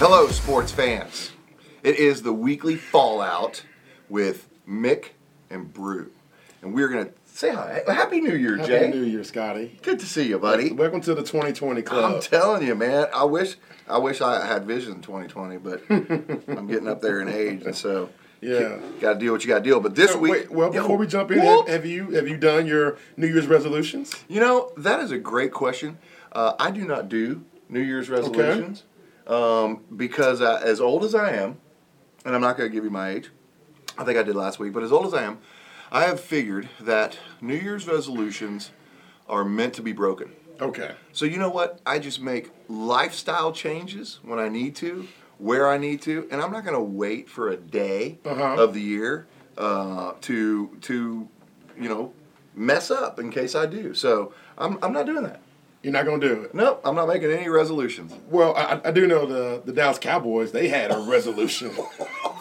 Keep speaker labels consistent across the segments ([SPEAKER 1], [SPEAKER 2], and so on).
[SPEAKER 1] Hello, sports fans. It is the weekly fallout with Mick and Brew, and we're gonna say hi. Happy New Year,
[SPEAKER 2] Happy
[SPEAKER 1] Jay.
[SPEAKER 2] New Year, Scotty.
[SPEAKER 1] Good to see you, buddy.
[SPEAKER 2] Welcome to the 2020 club.
[SPEAKER 1] I'm telling you, man. I wish I wish I had vision in 2020, but I'm getting up there in age, and so
[SPEAKER 2] Yeah.
[SPEAKER 1] got to deal what you got to deal. But this
[SPEAKER 2] So,
[SPEAKER 1] week,
[SPEAKER 2] wait, well,
[SPEAKER 1] Yo,
[SPEAKER 2] before we jump in,
[SPEAKER 1] whoop.
[SPEAKER 2] have, have you have you done your New Year's resolutions?
[SPEAKER 1] You know, that is a great question. Uh, I do not do New Year's resolutions um, because I, as old as I am, and I'm not going to give you my age, I think I did last week, but as old as I am, I have figured that New Year's resolutions are meant to be broken.
[SPEAKER 2] Okay.
[SPEAKER 1] So you know what? I just make lifestyle changes when I need to, where I need to, and I'm not going to wait for a day
[SPEAKER 2] Uh-huh.
[SPEAKER 1] of the year uh, to to you know mess up in case I do. So I'm I'm not doing that.
[SPEAKER 2] You're not gonna do it.
[SPEAKER 1] No, I'm not making any resolutions.
[SPEAKER 2] Well, I, I- I do know the the Dallas Cowboys. They had a resolution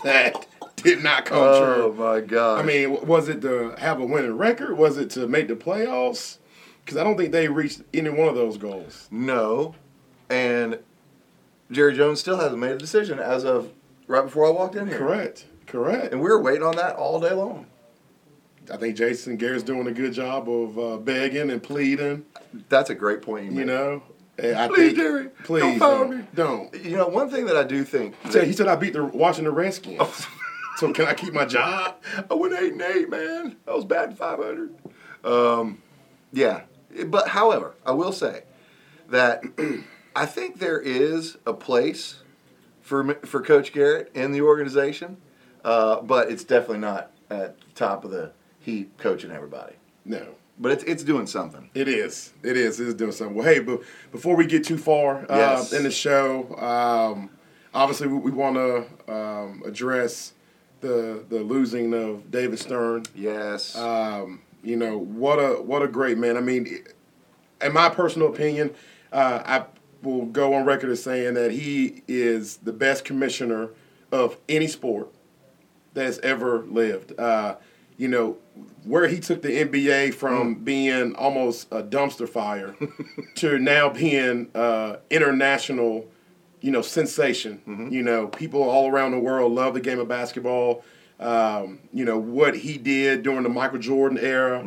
[SPEAKER 2] that did not come
[SPEAKER 1] Oh
[SPEAKER 2] true.
[SPEAKER 1] my god!
[SPEAKER 2] I mean, w- was it to have a winning record? Was it to make the playoffs? Because I don't think they reached any one of those goals.
[SPEAKER 1] no, and Jerry Jones still hasn't made a decision as of right before I walked in here.
[SPEAKER 2] Correct. Correct.
[SPEAKER 1] And we were waiting on that all day long.
[SPEAKER 2] I think Jason Garrett's doing a good job of uh, begging and pleading.
[SPEAKER 1] That's a great point you made.
[SPEAKER 2] You know, And I
[SPEAKER 1] Please,
[SPEAKER 2] think-
[SPEAKER 1] Jerry, don't fire
[SPEAKER 2] please don't.
[SPEAKER 1] me.
[SPEAKER 2] Don't.
[SPEAKER 1] You know, one thing that I do think.
[SPEAKER 2] He said, he said I beat the Washington Redskins.
[SPEAKER 1] Oh.
[SPEAKER 2] so can I keep my job?
[SPEAKER 1] I went eight and eight, man. I was batting five hundred. Um, yeah, but however, I will say that I think there is a place for for Coach Garrett in the organization, uh, but it's definitely not at the top of the heap coaching everybody.
[SPEAKER 2] No.
[SPEAKER 1] But it's it's doing something.
[SPEAKER 2] It is. It is. It's doing something. Well, hey, but before we get too far uh,
[SPEAKER 1] Yes.
[SPEAKER 2] in the show, um, obviously we, we want to um, address the the losing of David Stern.
[SPEAKER 1] Yes.
[SPEAKER 2] um, you know what a what a great man. I mean, in my personal opinion, uh, I will go on record as saying that he is the best commissioner of any sport that has ever lived. Uh, you know where he took the NBA from being almost a dumpster fire to now being uh, international you know, sensation. You know, people all around the world love the game of basketball. Um, you know what he did during the Michael Jordan era,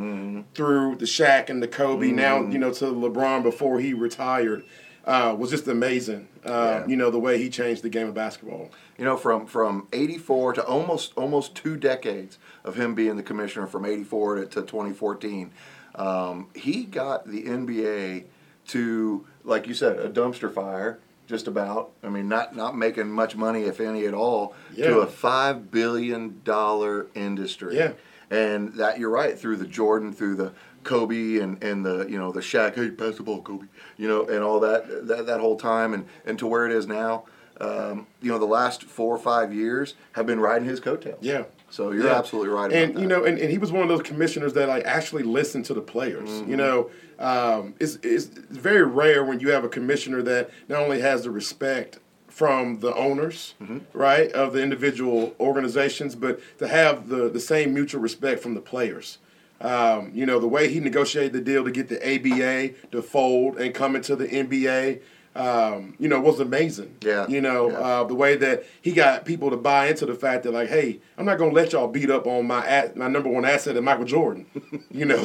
[SPEAKER 2] through the Shaq and the Kobe. Now you know to LeBron before he retired uh, was just amazing. Uh,
[SPEAKER 1] Yeah.
[SPEAKER 2] You know the way he changed the game of basketball.
[SPEAKER 1] You know, from from '84 to almost almost two decades of him being the commissioner from '84 to, to 2014, um, he got the NBA to, like you said, a dumpster fire. Just about. I mean, not not making much money, if any at all,
[SPEAKER 2] Yeah.
[SPEAKER 1] to a five billion dollar industry.
[SPEAKER 2] Yeah.
[SPEAKER 1] And that you're right through the Jordan, through the Kobe and, and the you know the Shaq, hey pass the ball, Kobe, you know, and all that that, that whole time and, and to where it is now. Um, you know, the last four or five years have been riding his coattails.
[SPEAKER 2] Yeah.
[SPEAKER 1] So you're
[SPEAKER 2] Yeah.
[SPEAKER 1] absolutely right. About
[SPEAKER 2] and
[SPEAKER 1] that.
[SPEAKER 2] you know, and, and he was one of those commissioners that like actually listened to the players.
[SPEAKER 1] Mm-hmm.
[SPEAKER 2] You know, um, it's it's very rare when you have a commissioner that not only has the respect from the owners,
[SPEAKER 1] Mm-hmm.
[SPEAKER 2] right, of the individual organizations, but to have the the same mutual respect from the players. Um, you know, the way he negotiated the deal to get the ABA to fold and come into the NBA. Um, you know, was amazing.
[SPEAKER 1] Yeah.
[SPEAKER 2] You know,
[SPEAKER 1] Yeah.
[SPEAKER 2] uh, uh, the way that he got people to buy into the fact that like, hey, I'm not gonna let y'all beat up on my at, my number one asset, and Michael Jordan. you know,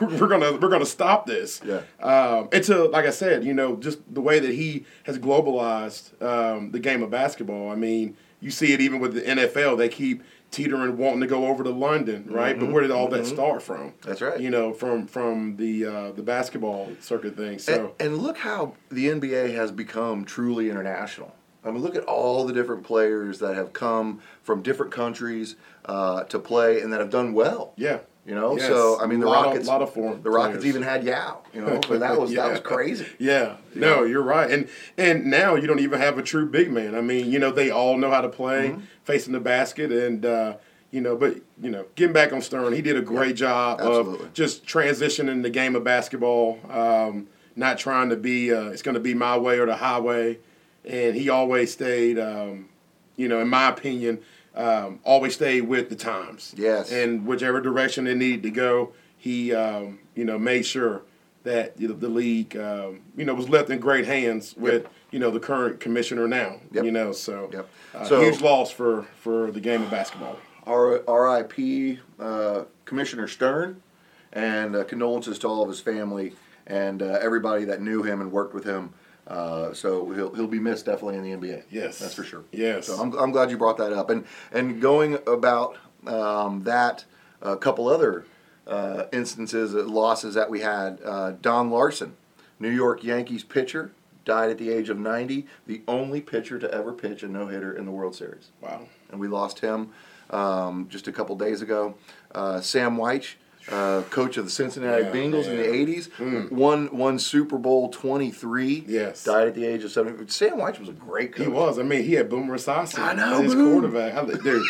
[SPEAKER 2] we're gonna we're gonna stop this.
[SPEAKER 1] Yeah.
[SPEAKER 2] Um, and to like I said, you know, just the way that he has globalized um, the game of basketball. I mean, you see it even with the NFL. They keep teetering, wanting to go over to London, right? But where did all that start from?
[SPEAKER 1] Mm-hmm. That's right.
[SPEAKER 2] You know, from from the uh, the basketball circuit thing. So.
[SPEAKER 1] And, and look how the NBA has become truly international. I mean, look at all the different players that have come from different countries uh, to play and that have done well.
[SPEAKER 2] yeah,
[SPEAKER 1] You know,
[SPEAKER 2] Yes.
[SPEAKER 1] so I mean, the
[SPEAKER 2] Lot of-
[SPEAKER 1] Rockets,
[SPEAKER 2] lot of foreign
[SPEAKER 1] the Rockets
[SPEAKER 2] players.
[SPEAKER 1] even had Yao. You know, and that was that was
[SPEAKER 2] Yeah.
[SPEAKER 1] crazy.
[SPEAKER 2] Yeah. No, you're right. And and now you don't even have a true big man. I mean, you know, they all know how to play facing the basket and uh you know, but you know, getting back on Stern, he did a great job
[SPEAKER 1] absolutely.
[SPEAKER 2] of just transitioning the game of basketball. Um, not trying to be, uh, it's going to be my way or the highway, and he always stayed, um, you know, in my opinion, um, always stayed with the times.
[SPEAKER 1] Yes.
[SPEAKER 2] and whichever direction it needed to go, he, um, you know, made sure that you know, the league, um, you know, was left in great hands with you know the current commissioner now.
[SPEAKER 1] Yep.
[SPEAKER 2] You know, so,
[SPEAKER 1] Yep.
[SPEAKER 2] uh,
[SPEAKER 1] So-
[SPEAKER 2] huge loss for for the game of basketball.
[SPEAKER 1] R- RIP uh, Commissioner Stern, and uh, condolences to all of his family and uh, everybody that knew him and worked with him. Uh, so he'll, he'll be missed definitely in the NBA.
[SPEAKER 2] Yes.
[SPEAKER 1] that's for sure.
[SPEAKER 2] Yes.
[SPEAKER 1] So I'm, I'm glad you brought that up. And and going about um, that, a couple other uh, instances of losses that we had. Uh, Don Larson, New York Yankees pitcher, died at the age of 90. The only pitcher to ever pitch a no hitter in the World Series
[SPEAKER 2] Wow.
[SPEAKER 1] and we lost him um, just a couple days ago. Uh, Sam Weich, uh, coach of the Cincinnati
[SPEAKER 2] Yeah,
[SPEAKER 1] Bengals in the
[SPEAKER 2] yeah. Hmm.
[SPEAKER 1] '80s, won won Super Bowl 23.
[SPEAKER 2] Yes.
[SPEAKER 1] died at the age of 70. Sam Weich was a great coach.
[SPEAKER 2] He was. I mean, he had Boomer Sasa.
[SPEAKER 1] I know,
[SPEAKER 2] as His
[SPEAKER 1] Boom.
[SPEAKER 2] quarterback. How they- dude,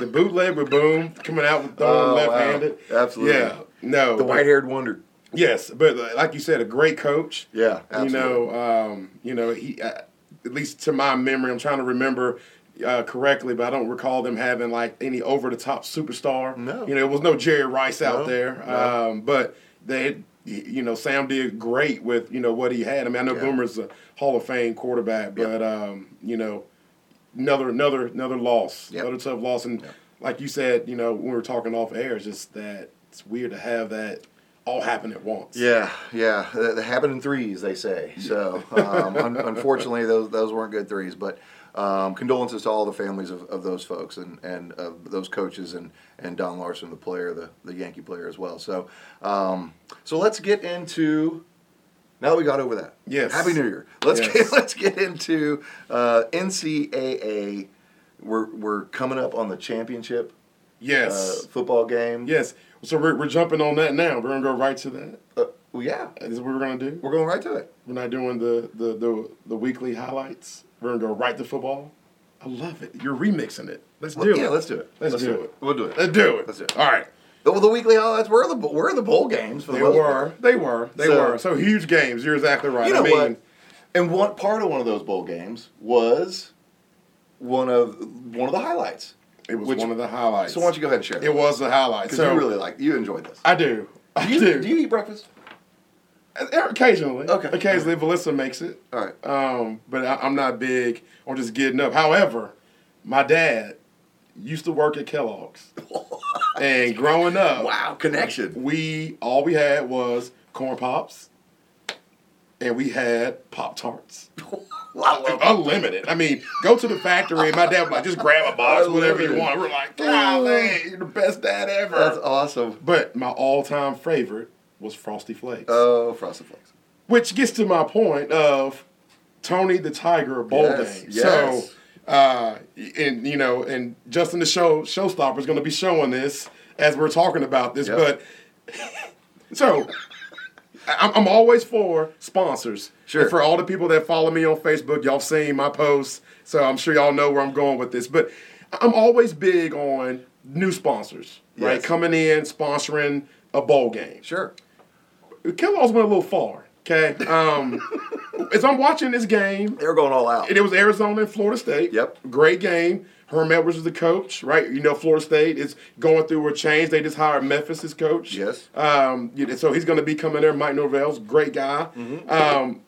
[SPEAKER 2] the bootleg with Boom coming out with throwing
[SPEAKER 1] Oh, wow.
[SPEAKER 2] left-handed.
[SPEAKER 1] Absolutely.
[SPEAKER 2] Yeah. No.
[SPEAKER 1] the
[SPEAKER 2] but-
[SPEAKER 1] white-haired wonder.
[SPEAKER 2] Yes, but li- like you said, a great coach.
[SPEAKER 1] Yeah, absolutely.
[SPEAKER 2] You know, um, you know, he uh, at least to my memory, I'm trying to remember uh, correctly, but I don't recall them having like any over the top superstar.
[SPEAKER 1] No.
[SPEAKER 2] you know, it was no Jerry Rice
[SPEAKER 1] No,
[SPEAKER 2] out there.
[SPEAKER 1] no.
[SPEAKER 2] Um, but they, you know, Sam did great with you know what he had. I mean, I know
[SPEAKER 1] Yeah.
[SPEAKER 2] Boomer's a Hall of Fame quarterback,
[SPEAKER 1] Yep.
[SPEAKER 2] but um, you know, another another another loss,
[SPEAKER 1] Yep.
[SPEAKER 2] another tough loss. And
[SPEAKER 1] Yep.
[SPEAKER 2] like you said, you know, when we were talking off air, it's just that it's weird to have that all happen at once.
[SPEAKER 1] Yeah, yeah. Uh, They, they happen in threes, they say. So, um, un- unfortunately, those those weren't good threes. But um, condolences to all the families of, of those folks and and of those coaches and and Don Larson, the player, the, the Yankee player as well. So, um, so let's get into. Now that we got over that,
[SPEAKER 2] Yes.
[SPEAKER 1] Happy New Year. Let's
[SPEAKER 2] Yes.
[SPEAKER 1] get let's get into uh, NCAA. We're we're coming up on the championship
[SPEAKER 2] Yes.
[SPEAKER 1] uh, football game.
[SPEAKER 2] yes. So we're, we're jumping on that now. We're gonna go right to that.
[SPEAKER 1] Uh, well, yeah,
[SPEAKER 2] Is what we're gonna do.
[SPEAKER 1] we're going right to it.
[SPEAKER 2] We're not doing the the the, the weekly highlights. We're gonna go right to football. I love it. You're remixing it. Let's do it.
[SPEAKER 1] yeah, let's do it.
[SPEAKER 2] Let's, do, it.
[SPEAKER 1] We'll do it.
[SPEAKER 2] Let's do it.
[SPEAKER 1] Let's do it.
[SPEAKER 2] All right.
[SPEAKER 1] Well, the weekly highlights were the were the bowl games for the
[SPEAKER 2] They
[SPEAKER 1] most part.
[SPEAKER 2] were. They were. They
[SPEAKER 1] So-
[SPEAKER 2] were. So huge games. You're exactly right.
[SPEAKER 1] You know
[SPEAKER 2] I mean,
[SPEAKER 1] what? And one part of one of those bowl games was one of one of the highlights.
[SPEAKER 2] It was
[SPEAKER 1] Which-
[SPEAKER 2] one of the highlights.
[SPEAKER 1] So why don't you go ahead and share?
[SPEAKER 2] It was the highlight.
[SPEAKER 1] because
[SPEAKER 2] So
[SPEAKER 1] you really like you enjoyed this.
[SPEAKER 2] I do. I
[SPEAKER 1] do, you,
[SPEAKER 2] do.
[SPEAKER 1] do you eat breakfast?
[SPEAKER 2] Uh, Occasionally.
[SPEAKER 1] Okay.
[SPEAKER 2] Occasionally, Melissa makes it.
[SPEAKER 1] All right.
[SPEAKER 2] Um, but I, I'm not big on just getting up. However, my dad used to work at Kellogg's, and growing up,
[SPEAKER 1] wow, connection.
[SPEAKER 2] we all we had was corn pops, and we had pop tarts.
[SPEAKER 1] Wow.
[SPEAKER 2] Unlimited. I mean, go to the factory. and My dad was like, just grab a box, whatever you
[SPEAKER 1] Unlimited.
[SPEAKER 2] want. We're like, golly, you're the best dad ever.
[SPEAKER 1] That's awesome.
[SPEAKER 2] But my all-time favorite was Frosty Flakes,
[SPEAKER 1] Oh, Frosted Flakes.
[SPEAKER 2] which gets to my point of Tony the Tiger bowl
[SPEAKER 1] Yes,
[SPEAKER 2] game.
[SPEAKER 1] yes.
[SPEAKER 2] So, uh, and you know, and Justin the show showstopper is going to be showing this as we're talking about this.
[SPEAKER 1] Yep.
[SPEAKER 2] But so. I- I'm, I'm always for sponsors.
[SPEAKER 1] Sure.
[SPEAKER 2] And for all the people that follow me on Facebook, y'all seen my posts, so I'm sure y'all know where I'm going with this. But I'm always big on new sponsors, right?
[SPEAKER 1] Yes.
[SPEAKER 2] Coming in, sponsoring a bowl game.
[SPEAKER 1] Sure.
[SPEAKER 2] Kellogg's went a little far. Okay. Um, as I'm watching this game,
[SPEAKER 1] They were going all out.
[SPEAKER 2] and it was Arizona and Florida State.
[SPEAKER 1] Yep.
[SPEAKER 2] Great game. Herm Edwards is the coach, right? You know, Florida State is going through a change. They just hired Memphis as coach.
[SPEAKER 1] Yes.
[SPEAKER 2] Um, you know, so he's going to be coming there. Mike Norvell's a great guy.
[SPEAKER 1] Mm-hmm.
[SPEAKER 2] Um,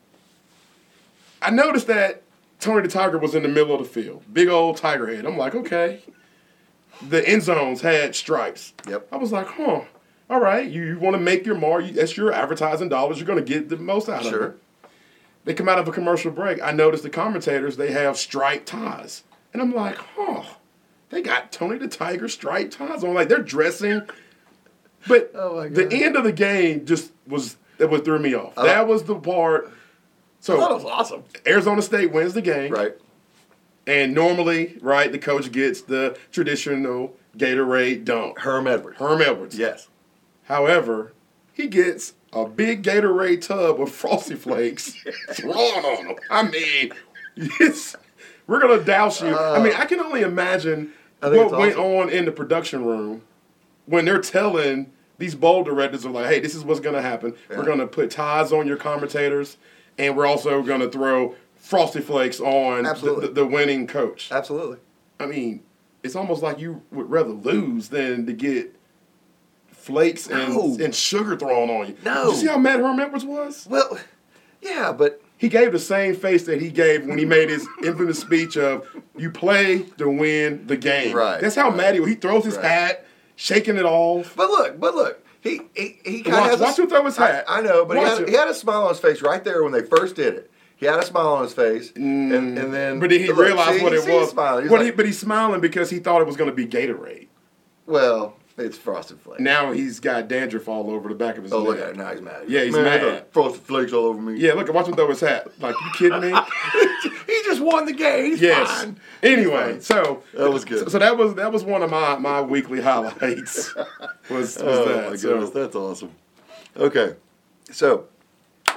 [SPEAKER 2] I noticed that Tony the Tiger was in the middle of the field, big old tiger head. I'm like, okay. The end zones had stripes.
[SPEAKER 1] Yep.
[SPEAKER 2] I was like, huh. All right, you, you want to make your mark. You, that's your advertising dollars. You're going to get the most out of
[SPEAKER 1] Sure.
[SPEAKER 2] it. They come out of a commercial break. I noticed the commentators, they have striped ties. And I'm like, huh, they got Tony the Tiger striped ties on. Like, they're dressing. But
[SPEAKER 1] Oh, my
[SPEAKER 2] the
[SPEAKER 1] God. Uh-huh.
[SPEAKER 2] end of the game just was, that what threw me off. that was the part. So
[SPEAKER 1] that was awesome.
[SPEAKER 2] Arizona State wins the game.
[SPEAKER 1] Oh. Right.
[SPEAKER 2] And normally, right, the coach gets the traditional Gatorade dunk.
[SPEAKER 1] Herm Edwards.
[SPEAKER 2] Herm Edwards.
[SPEAKER 1] Yes.
[SPEAKER 2] However, he gets a big Gatorade tub of Frosty Flakes thrown on him. I mean, it's, we're gonna douse you. I mean, I can only imagine
[SPEAKER 1] I
[SPEAKER 2] what
[SPEAKER 1] think it's
[SPEAKER 2] went
[SPEAKER 1] awesome.
[SPEAKER 2] on in the production room when they're telling these bowl directors are like, "Hey, this is what's gonna happen. We're
[SPEAKER 1] Yeah.
[SPEAKER 2] gonna put ties on your commentators, and we're also gonna throw Frosty Flakes on the,
[SPEAKER 1] Absolutely.
[SPEAKER 2] the, the winning coach."
[SPEAKER 1] Absolutely.
[SPEAKER 2] I mean, it's almost like you would rather lose than to get flakes and,
[SPEAKER 1] No.
[SPEAKER 2] and sugar thrown on you.
[SPEAKER 1] No.
[SPEAKER 2] You see how mad Herm Edwards was?
[SPEAKER 1] Well, yeah, but
[SPEAKER 2] He gave the same face that he gave when he made his infamous speech of "You play to win the game."
[SPEAKER 1] Right,
[SPEAKER 2] That's how
[SPEAKER 1] right.
[SPEAKER 2] mad he was. He throws his
[SPEAKER 1] Right.
[SPEAKER 2] hat, shaking it off.
[SPEAKER 1] but look, but look, he he, he kind
[SPEAKER 2] Watch-
[SPEAKER 1] of
[SPEAKER 2] watch him throw his hat.
[SPEAKER 1] I, I know, but he
[SPEAKER 2] Watch
[SPEAKER 1] had,
[SPEAKER 2] him.
[SPEAKER 1] he had a smile on his face right there when they first did it. He had a smile on his face, and, and then
[SPEAKER 2] Mm. But then he
[SPEAKER 1] look,
[SPEAKER 2] realized
[SPEAKER 1] see,
[SPEAKER 2] what
[SPEAKER 1] you
[SPEAKER 2] it
[SPEAKER 1] see him
[SPEAKER 2] was.
[SPEAKER 1] smiling. He's
[SPEAKER 2] But
[SPEAKER 1] like,
[SPEAKER 2] he- but he's smiling because he thought it was going to be Gatorade.
[SPEAKER 1] well, it's frosted flakes.
[SPEAKER 2] Now he's got dandruff all over the back of his
[SPEAKER 1] oh
[SPEAKER 2] neck.
[SPEAKER 1] look at it now, he's mad.
[SPEAKER 2] Yeah, he's
[SPEAKER 1] Man, I
[SPEAKER 2] mad.
[SPEAKER 1] got Frosted flakes all over me.
[SPEAKER 2] Yeah, look, watch him throw his hat. Like, you kidding me?
[SPEAKER 1] he just won the game. He's
[SPEAKER 2] yes.
[SPEAKER 1] fine.
[SPEAKER 2] Anyway, so
[SPEAKER 1] That was good.
[SPEAKER 2] So, so that was that was one of my my weekly highlights. Was, was
[SPEAKER 1] Oh
[SPEAKER 2] that?
[SPEAKER 1] my goodness,
[SPEAKER 2] so,
[SPEAKER 1] that's awesome. Okay, so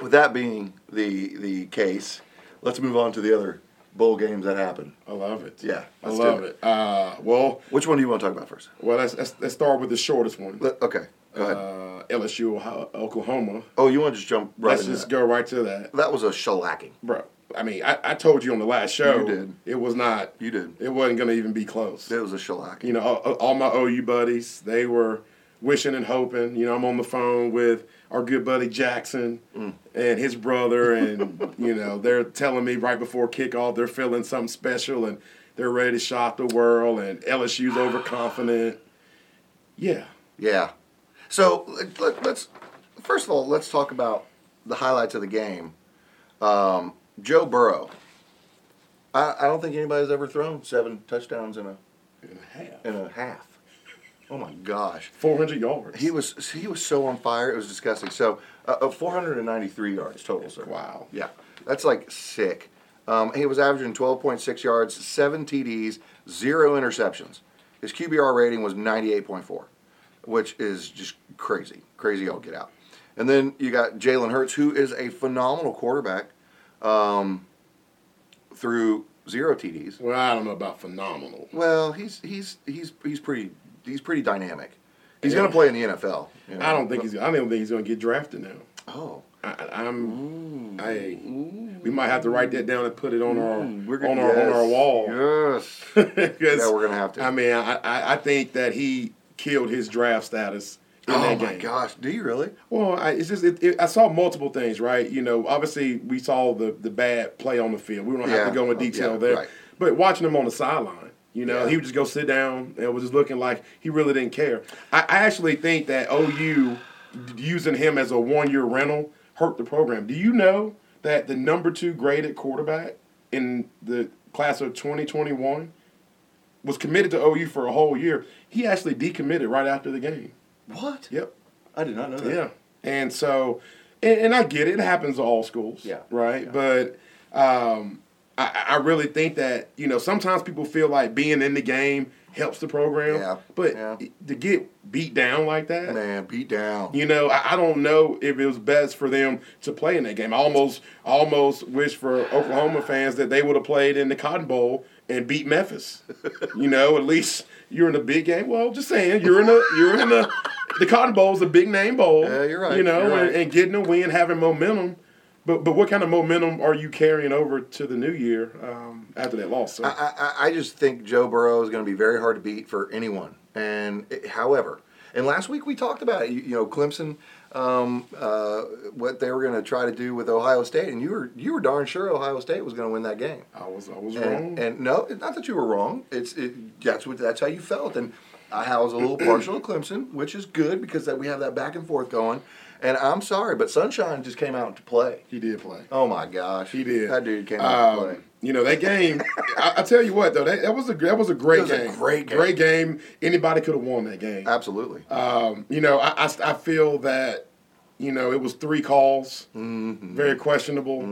[SPEAKER 1] with that being the the case, let's move on to the other bowl games that happened.
[SPEAKER 2] I love it.
[SPEAKER 1] Yeah,
[SPEAKER 2] I
[SPEAKER 1] let's do
[SPEAKER 2] love
[SPEAKER 1] it.
[SPEAKER 2] it. Uh, well,
[SPEAKER 1] Which one do you want to talk about first?
[SPEAKER 2] well, let's, let's let's start with the shortest one.
[SPEAKER 1] Let- okay, go ahead.
[SPEAKER 2] Uh, LSU, Ohio- Oklahoma.
[SPEAKER 1] oh, you want to just jump right
[SPEAKER 2] let's
[SPEAKER 1] into
[SPEAKER 2] just
[SPEAKER 1] that?
[SPEAKER 2] go right to that,
[SPEAKER 1] That was a shellacking.
[SPEAKER 2] bro. I mean, I, I told you on the last show.
[SPEAKER 1] You did.
[SPEAKER 2] It was not.
[SPEAKER 1] You did.
[SPEAKER 2] It wasn't going to even be close.
[SPEAKER 1] It was a shellacking.
[SPEAKER 2] you know, all, all my OU buddies, they were wishing and hoping. You know, I'm on the phone with our good buddy Jackson
[SPEAKER 1] Mm.
[SPEAKER 2] and his brother, and you know, they're telling me right before kickoff they're feeling something special and they're ready to shock the world, and LSU's overconfident. Yeah,
[SPEAKER 1] Yeah. So let- let, let's first of all let's talk about the highlights of the game. Um, Joe Burrow. I, I don't think anybody's ever thrown seven touchdowns in a
[SPEAKER 2] and a half,
[SPEAKER 1] in a half. Oh my gosh.
[SPEAKER 2] 400 yards.
[SPEAKER 1] He was he was so on fire. It was disgusting. So, uh, uh, 493 yards total, sir.
[SPEAKER 2] Wow.
[SPEAKER 1] Yeah, that's like sick. Um, he was averaging 12.6 yards, seven TDs, zero interceptions. His QBR rating was 98.4, which is just crazy, crazy. All get out. And then you got Jalen Hurts, who is a phenomenal quarterback, um, through zero TDs.
[SPEAKER 2] Well, I don't know about phenomenal.
[SPEAKER 1] Well, he's he's he's he's pretty he's pretty dynamic. He's going to play in the NFL. you know.
[SPEAKER 2] I don't think he's. I don't even think he's going to get drafted now.
[SPEAKER 1] Oh,
[SPEAKER 2] I, I- I'm. I, we might have to write that down and put it on our
[SPEAKER 1] we're
[SPEAKER 2] on
[SPEAKER 1] gonna,
[SPEAKER 2] our on our wall.
[SPEAKER 1] Yes.
[SPEAKER 2] 'Cause,
[SPEAKER 1] yeah, we're gonna have to.
[SPEAKER 2] I mean, I, I, I think that he killed his draft status in
[SPEAKER 1] oh
[SPEAKER 2] that
[SPEAKER 1] my
[SPEAKER 2] game.
[SPEAKER 1] gosh, do you really?
[SPEAKER 2] Well, I, it's just it, it, I saw multiple things, right? You know, obviously we saw the the bad play on the field. We don't have
[SPEAKER 1] Yeah.
[SPEAKER 2] to go in
[SPEAKER 1] Oh,
[SPEAKER 2] detail
[SPEAKER 1] yeah,
[SPEAKER 2] there,
[SPEAKER 1] right.
[SPEAKER 2] but watching him on the sideline, you know,
[SPEAKER 1] Yeah.
[SPEAKER 2] he would just go sit down and was just looking like he really didn't care. I, I actually think that OU using him as a one year rental hurt the program. Do you know that the number two graded quarterback in the class of twenty twenty one was committed to OU for a whole year? He actually decommitted right after the game.
[SPEAKER 1] What?
[SPEAKER 2] Yep.
[SPEAKER 1] I did not know that.
[SPEAKER 2] Yeah. And so, and, and I get it. It happens to all schools.
[SPEAKER 1] Yeah.
[SPEAKER 2] Right.
[SPEAKER 1] Yeah.
[SPEAKER 2] But um, I, I really think that, you know, sometimes people feel like being in the game helps the program.
[SPEAKER 1] Yeah.
[SPEAKER 2] But
[SPEAKER 1] Yeah.
[SPEAKER 2] to get beat down like that,
[SPEAKER 1] Man, beat down.
[SPEAKER 2] you know, I, I don't know if it was best for them to play in that game. I almost, I almost wish for Oklahoma fans that they would have played in the Cotton Bowl and beat Memphis. you know, at least you're in a big game. Well, just saying, you're in a, you're in a, the Cotton Bowl is a big name bowl.
[SPEAKER 1] Yeah, you're right,
[SPEAKER 2] You know,
[SPEAKER 1] you're
[SPEAKER 2] and,
[SPEAKER 1] right.
[SPEAKER 2] and getting a win, having momentum. But but what kind of momentum are you carrying over to the new year um, after that loss? So,
[SPEAKER 1] I, I, I just think Joe Burrow is going to be very hard to beat for anyone. And it- however, and last week we talked about it. You, you know, Clemson, um, uh, what they were going to try to do with Ohio State, and you were you were darn sure Ohio State was going to win that game.
[SPEAKER 2] I was I was wrong.
[SPEAKER 1] And, and no, it's not that you were wrong. It's it, that's what that's how you felt. And I was a little partial to Clemson, which is good because that we have that back and forth going. And I'm sorry, but Sunshine just came out to play.
[SPEAKER 2] he did play.
[SPEAKER 1] Oh my gosh,
[SPEAKER 2] He did.
[SPEAKER 1] That dude came out
[SPEAKER 2] Um,
[SPEAKER 1] to play.
[SPEAKER 2] You know that game. I, I tell you what though, that, that was a that was a great
[SPEAKER 1] It was a
[SPEAKER 2] game.
[SPEAKER 1] great game.
[SPEAKER 2] great game. Anybody could have won that game.
[SPEAKER 1] Absolutely.
[SPEAKER 2] Um, you know, I, I, I feel that you know it was three calls,
[SPEAKER 1] Mm-hmm.
[SPEAKER 2] very questionable.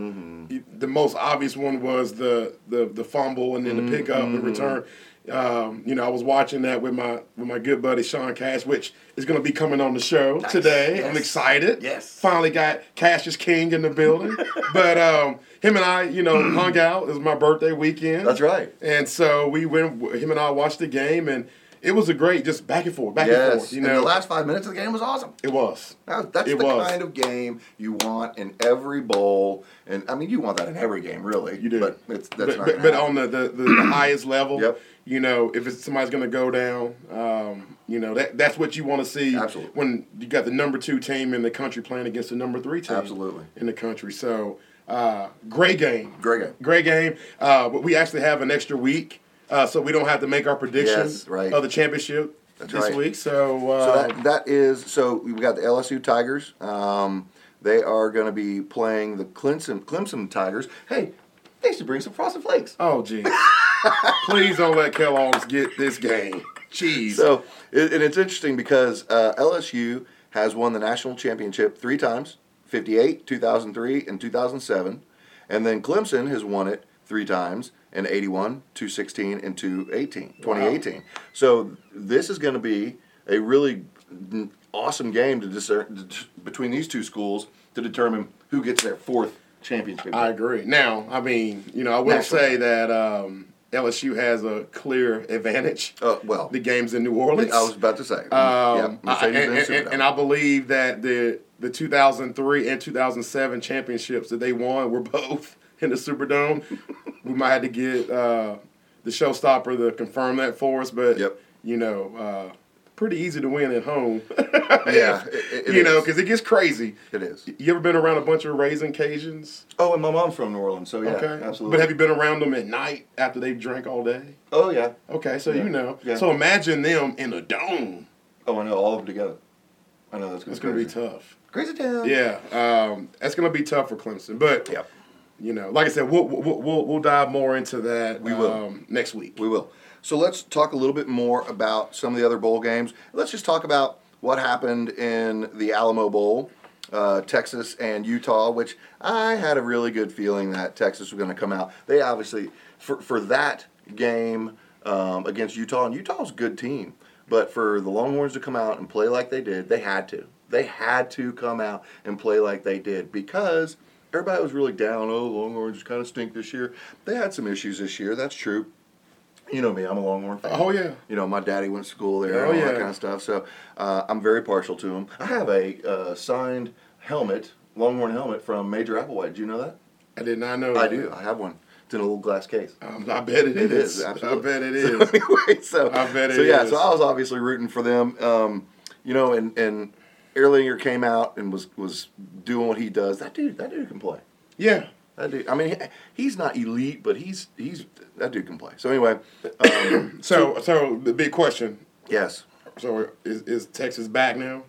[SPEAKER 2] You- The most obvious one was the the, the fumble and then the pickup, the
[SPEAKER 1] Mm-hmm.
[SPEAKER 2] return. Um, you know, I was watching that with my with my good buddy Sean Cash, which is going to be coming on the show today. I'm
[SPEAKER 1] Yes.
[SPEAKER 2] excited.
[SPEAKER 1] Yes.
[SPEAKER 2] finally got Cash's King in the building. but um, him and I, you know, hung out. It was my birthday weekend.
[SPEAKER 1] That's right.
[SPEAKER 2] And so we went. Him and I watched the game, and it was a great, just back and forth, back and
[SPEAKER 1] Yes.
[SPEAKER 2] forth. You
[SPEAKER 1] and
[SPEAKER 2] know,
[SPEAKER 1] the last five minutes of the game was awesome.
[SPEAKER 2] it was.
[SPEAKER 1] That- That's
[SPEAKER 2] It
[SPEAKER 1] the
[SPEAKER 2] was.
[SPEAKER 1] kind of game you want in every bowl, and I mean you want that in every game, really.
[SPEAKER 2] You do.
[SPEAKER 1] but it's that's
[SPEAKER 2] but,
[SPEAKER 1] not.
[SPEAKER 2] but,
[SPEAKER 1] gonna
[SPEAKER 2] but
[SPEAKER 1] happen.
[SPEAKER 2] on the the, the, the highest level,
[SPEAKER 1] Yep.
[SPEAKER 2] you know, if it's somebody's going to go down, um, You know that that's what you want to see
[SPEAKER 1] Absolutely.
[SPEAKER 2] when you got the number two team in the country playing against the number three team
[SPEAKER 1] Absolutely.
[SPEAKER 2] in the country. So uh, great game,
[SPEAKER 1] Great game.
[SPEAKER 2] great game. Uh, but we actually have an extra week, uh, so we don't have to make our predictions
[SPEAKER 1] Yes, right.
[SPEAKER 2] of the championship
[SPEAKER 1] That's
[SPEAKER 2] this
[SPEAKER 1] right.
[SPEAKER 2] week. So,
[SPEAKER 1] So
[SPEAKER 2] uh,
[SPEAKER 1] that, that is so we have got the LSU Tigers. Um, they are going to be playing the Clemson Clemson Tigers. Hey, they should bring some Frosted Flakes.
[SPEAKER 2] oh geez, please don't let Kellogg's get this game. Jeez.
[SPEAKER 1] So, it, and it's interesting because uh, LSU has won the national championship three times 58, 2003, and 2007. And then Clemson has won it three times in 81, 216, and 218, 2018. So, this is going to be a really n- awesome game to discern d- between these two schools to determine who gets their fourth championship.
[SPEAKER 2] I agree. Now, I mean, you know, I will
[SPEAKER 1] Naturally.
[SPEAKER 2] say that um, LSU has a clear advantage.
[SPEAKER 1] Uh, well,
[SPEAKER 2] the games in New Orleans.
[SPEAKER 1] I was about to say.
[SPEAKER 2] Um,
[SPEAKER 1] yeah,
[SPEAKER 2] I- and,
[SPEAKER 1] Mercedes-Benz
[SPEAKER 2] and-
[SPEAKER 1] Superdome.
[SPEAKER 2] and I believe that the the 2003 and 2007 championships that they won were both in the Superdome. we might have to get uh, the showstopper to confirm that for us, but
[SPEAKER 1] Yep.
[SPEAKER 2] you know, uh, pretty easy to win at home.
[SPEAKER 1] Yeah, it- it
[SPEAKER 2] you know,
[SPEAKER 1] is.
[SPEAKER 2] because it gets crazy.
[SPEAKER 1] it is.
[SPEAKER 2] You ever been around a bunch of raisin Cajuns?
[SPEAKER 1] Oh, and my mom's from New Orleans, so yeah, absolutely.
[SPEAKER 2] But have you been around them at night after they've drank all day?
[SPEAKER 1] oh yeah.
[SPEAKER 2] Okay, so
[SPEAKER 1] Yeah.
[SPEAKER 2] you know.
[SPEAKER 1] Yeah.
[SPEAKER 2] So imagine them in a dome.
[SPEAKER 1] Oh, I know all of them together. I know that's gonna
[SPEAKER 2] That's going to be tough.
[SPEAKER 1] Crazy town.
[SPEAKER 2] Yeah, um, that's going to be tough for Clemson. But
[SPEAKER 1] Yep.
[SPEAKER 2] you know, like I said, we'll we'll, we'll, we'll dive more into that.
[SPEAKER 1] We will.
[SPEAKER 2] um, next week.
[SPEAKER 1] We will. So let's talk a little bit more about some of the other bowl games. Let's just talk about what happened in the Alamo Bowl, uh, Texas and Utah, which I had a really good feeling that Texas was going to come out. They obviously, for, for that game um, against Utah, and Utah's a good team, but for the Longhorns to come out and play like they did, they had to. They had to come out and play like they did because everybody was really down. Oh, Longhorns kind of stink this year. They had some issues this year. That's true. You know me, I'm a Longhorn fan.
[SPEAKER 2] Oh yeah.
[SPEAKER 1] You know, my daddy went to school there
[SPEAKER 2] Oh,
[SPEAKER 1] and all
[SPEAKER 2] yeah.
[SPEAKER 1] that kind of stuff. So uh, I'm very partial to him. I have a uh, signed helmet, Longhorn helmet from Major Applewhite. Do you know that?
[SPEAKER 2] I did not know.
[SPEAKER 1] I
[SPEAKER 2] that.
[SPEAKER 1] do. I have one. It's in a little glass case.
[SPEAKER 2] Um, I bet it
[SPEAKER 1] It
[SPEAKER 2] is.
[SPEAKER 1] is,
[SPEAKER 2] I
[SPEAKER 1] absolutely.
[SPEAKER 2] bet it
[SPEAKER 1] So
[SPEAKER 2] is.
[SPEAKER 1] anyway, so
[SPEAKER 2] I bet it
[SPEAKER 1] so yeah,
[SPEAKER 2] is.
[SPEAKER 1] so I was obviously rooting for them. Um, you know, and and Erlinger came out and was was doing what he does. That dude, that dude can play.
[SPEAKER 2] yeah.
[SPEAKER 1] That dude. I mean, he, he's not elite, but he's he's that dude can play. So anyway, um,
[SPEAKER 2] So so the big question.
[SPEAKER 1] yes.
[SPEAKER 2] So is, is Texas back now?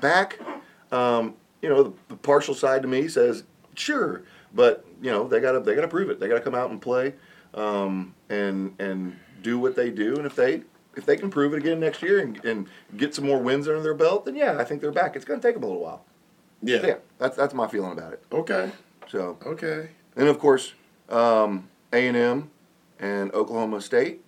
[SPEAKER 1] back. Um, you know, the, the partial side to me says sure, but you know they gotta they gotta prove it. They gotta come out and play um, and and do what they do. And if they if they can prove it again next year and, and get some more wins under their belt, then yeah, I think they're back. It's gonna take them a little while.
[SPEAKER 2] Yeah.
[SPEAKER 1] But yeah, that's that's my feeling about it.
[SPEAKER 2] Okay.
[SPEAKER 1] So
[SPEAKER 2] Okay.
[SPEAKER 1] and of course um, A and M and Oklahoma State.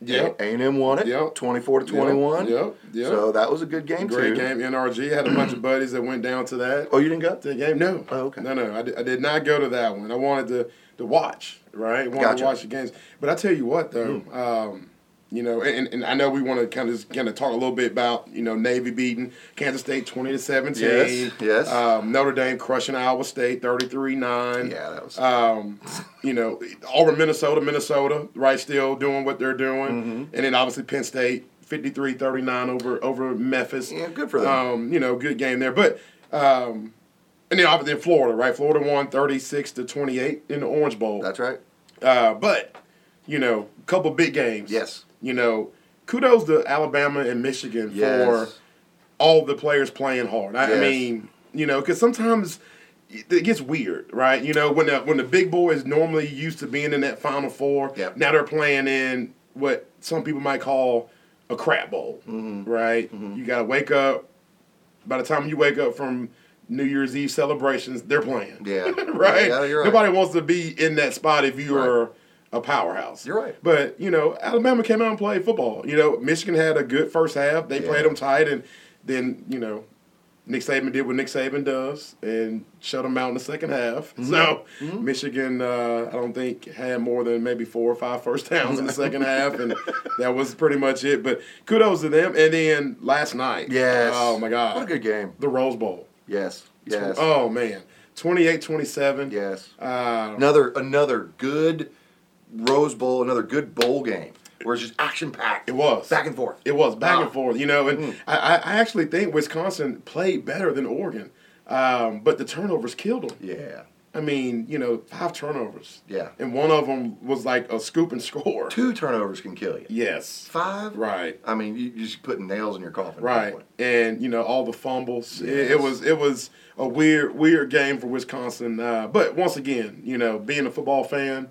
[SPEAKER 2] Yep.
[SPEAKER 1] A and M won it.
[SPEAKER 2] Yep.
[SPEAKER 1] Twenty four to twenty one.
[SPEAKER 2] Yep. Yep.
[SPEAKER 1] So that was a good game
[SPEAKER 2] Great
[SPEAKER 1] too.
[SPEAKER 2] game. NRG had a bunch of buddies that went down to that.
[SPEAKER 1] Oh, you didn't go?
[SPEAKER 2] to the game? No.
[SPEAKER 1] Oh, okay.
[SPEAKER 2] No, no. I did, I did not go to that one. I wanted to, to watch, right? wanted
[SPEAKER 1] Gotcha. Hmm.
[SPEAKER 2] to watch the games. But I tell you what, though, um, you know, and, and I know we want to kind of kind of talk a little bit about you know Navy beating Kansas State twenty to seventeen.
[SPEAKER 1] Yes, yes.
[SPEAKER 2] Um, Notre Dame crushing Iowa State thirty three nine.
[SPEAKER 1] Yeah, that was.
[SPEAKER 2] Um, you know, Auburn, Minnesota, Minnesota, right? Still doing what they're doing,
[SPEAKER 1] Mm-hmm.
[SPEAKER 2] and then obviously Penn State, 53-39 over over Memphis.
[SPEAKER 1] Yeah, good for them.
[SPEAKER 2] Um, you know, good game there, but um, and then obviously Florida, right? Florida won thirty six to twenty eight in the Orange Bowl.
[SPEAKER 1] that's right.
[SPEAKER 2] Uh, but you know, couple big games.
[SPEAKER 1] Yes.
[SPEAKER 2] You know, kudos to Alabama and Michigan
[SPEAKER 1] Yes.
[SPEAKER 2] for all the players playing hard. I, I
[SPEAKER 1] Yes.
[SPEAKER 2] mean, you know, because sometimes it gets weird, right? You know, when the when the big boys normally used to being in that Final Four,
[SPEAKER 1] Yep.
[SPEAKER 2] now they're playing in what some people might call a crap bowl,
[SPEAKER 1] Mm-hmm.
[SPEAKER 2] right? You got to wake up. By the time you wake up from New Year's Eve celebrations, they're playing.
[SPEAKER 1] Yeah.
[SPEAKER 2] right?
[SPEAKER 1] Yeah, you're right.
[SPEAKER 2] Nobody wants to be in that spot if you
[SPEAKER 1] Right.
[SPEAKER 2] are a powerhouse.
[SPEAKER 1] You're right.
[SPEAKER 2] But you know, Alabama came out and played football. You know, Michigan had a good first half. They
[SPEAKER 1] Yeah.
[SPEAKER 2] played them tight, and then you know, Nick Saban did what Nick Saban does and shut them out in the second half.
[SPEAKER 1] Mm-hmm.
[SPEAKER 2] So Michigan, uh, I don't think had more than maybe four or five first downs in the second half, and that was pretty much it. But kudos to them. And then last night,
[SPEAKER 1] Yes.
[SPEAKER 2] oh my God,
[SPEAKER 1] What a good game.
[SPEAKER 2] the Rose Bowl.
[SPEAKER 1] Yes. Yes.
[SPEAKER 2] Oh man, 28-27.
[SPEAKER 1] Yes.
[SPEAKER 2] Uh,
[SPEAKER 1] Um, Another another good Rose Bowl, another good bowl game. where it's just action packed.
[SPEAKER 2] It was.
[SPEAKER 1] back and forth.
[SPEAKER 2] It was back
[SPEAKER 1] Ah.
[SPEAKER 2] and forth, you know. And I, I I actually think Wisconsin played better than Oregon, um, but the turnovers killed them.
[SPEAKER 1] Yeah,
[SPEAKER 2] I mean, you know, five turnovers.
[SPEAKER 1] Yeah.
[SPEAKER 2] And one of them was like a scoop and score.
[SPEAKER 1] two turnovers can kill you.
[SPEAKER 2] Yes.
[SPEAKER 1] Five.
[SPEAKER 2] Right.
[SPEAKER 1] I mean, you, you're just putting nails in your coffin. at that
[SPEAKER 2] Right.
[SPEAKER 1] point.
[SPEAKER 2] And you know all the fumbles. It, it
[SPEAKER 1] Yes.
[SPEAKER 2] was it was a weird weird game for Wisconsin. Uh, but once again, you know, being a football fan,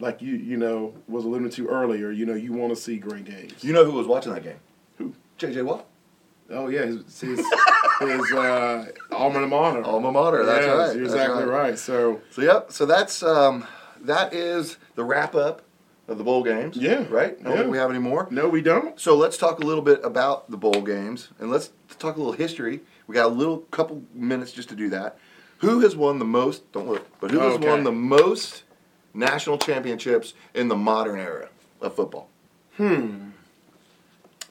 [SPEAKER 2] like you you know was alluded to earlier, you know, you want to see great games.
[SPEAKER 1] You know who was watching that game?
[SPEAKER 2] Who?
[SPEAKER 1] J.J. Watt.
[SPEAKER 2] Oh yeah, his his, his uh, alma mater.
[SPEAKER 1] Alma mater, that's
[SPEAKER 2] Yes,
[SPEAKER 1] right,
[SPEAKER 2] You're
[SPEAKER 1] that's
[SPEAKER 2] exactly
[SPEAKER 1] right.
[SPEAKER 2] right. So
[SPEAKER 1] So yep. So that's um, that is the wrap up of the bowl games.
[SPEAKER 2] Yeah.
[SPEAKER 1] Right. I don't
[SPEAKER 2] Yeah.
[SPEAKER 1] think we have any more.
[SPEAKER 2] no, we don't.
[SPEAKER 1] So let's talk a little bit about the bowl games and let's talk a little history. We got a little couple minutes just to do that. Who has won the most? Don't look, but who has
[SPEAKER 2] Okay.
[SPEAKER 1] won the most national championships in the modern era of football?
[SPEAKER 2] The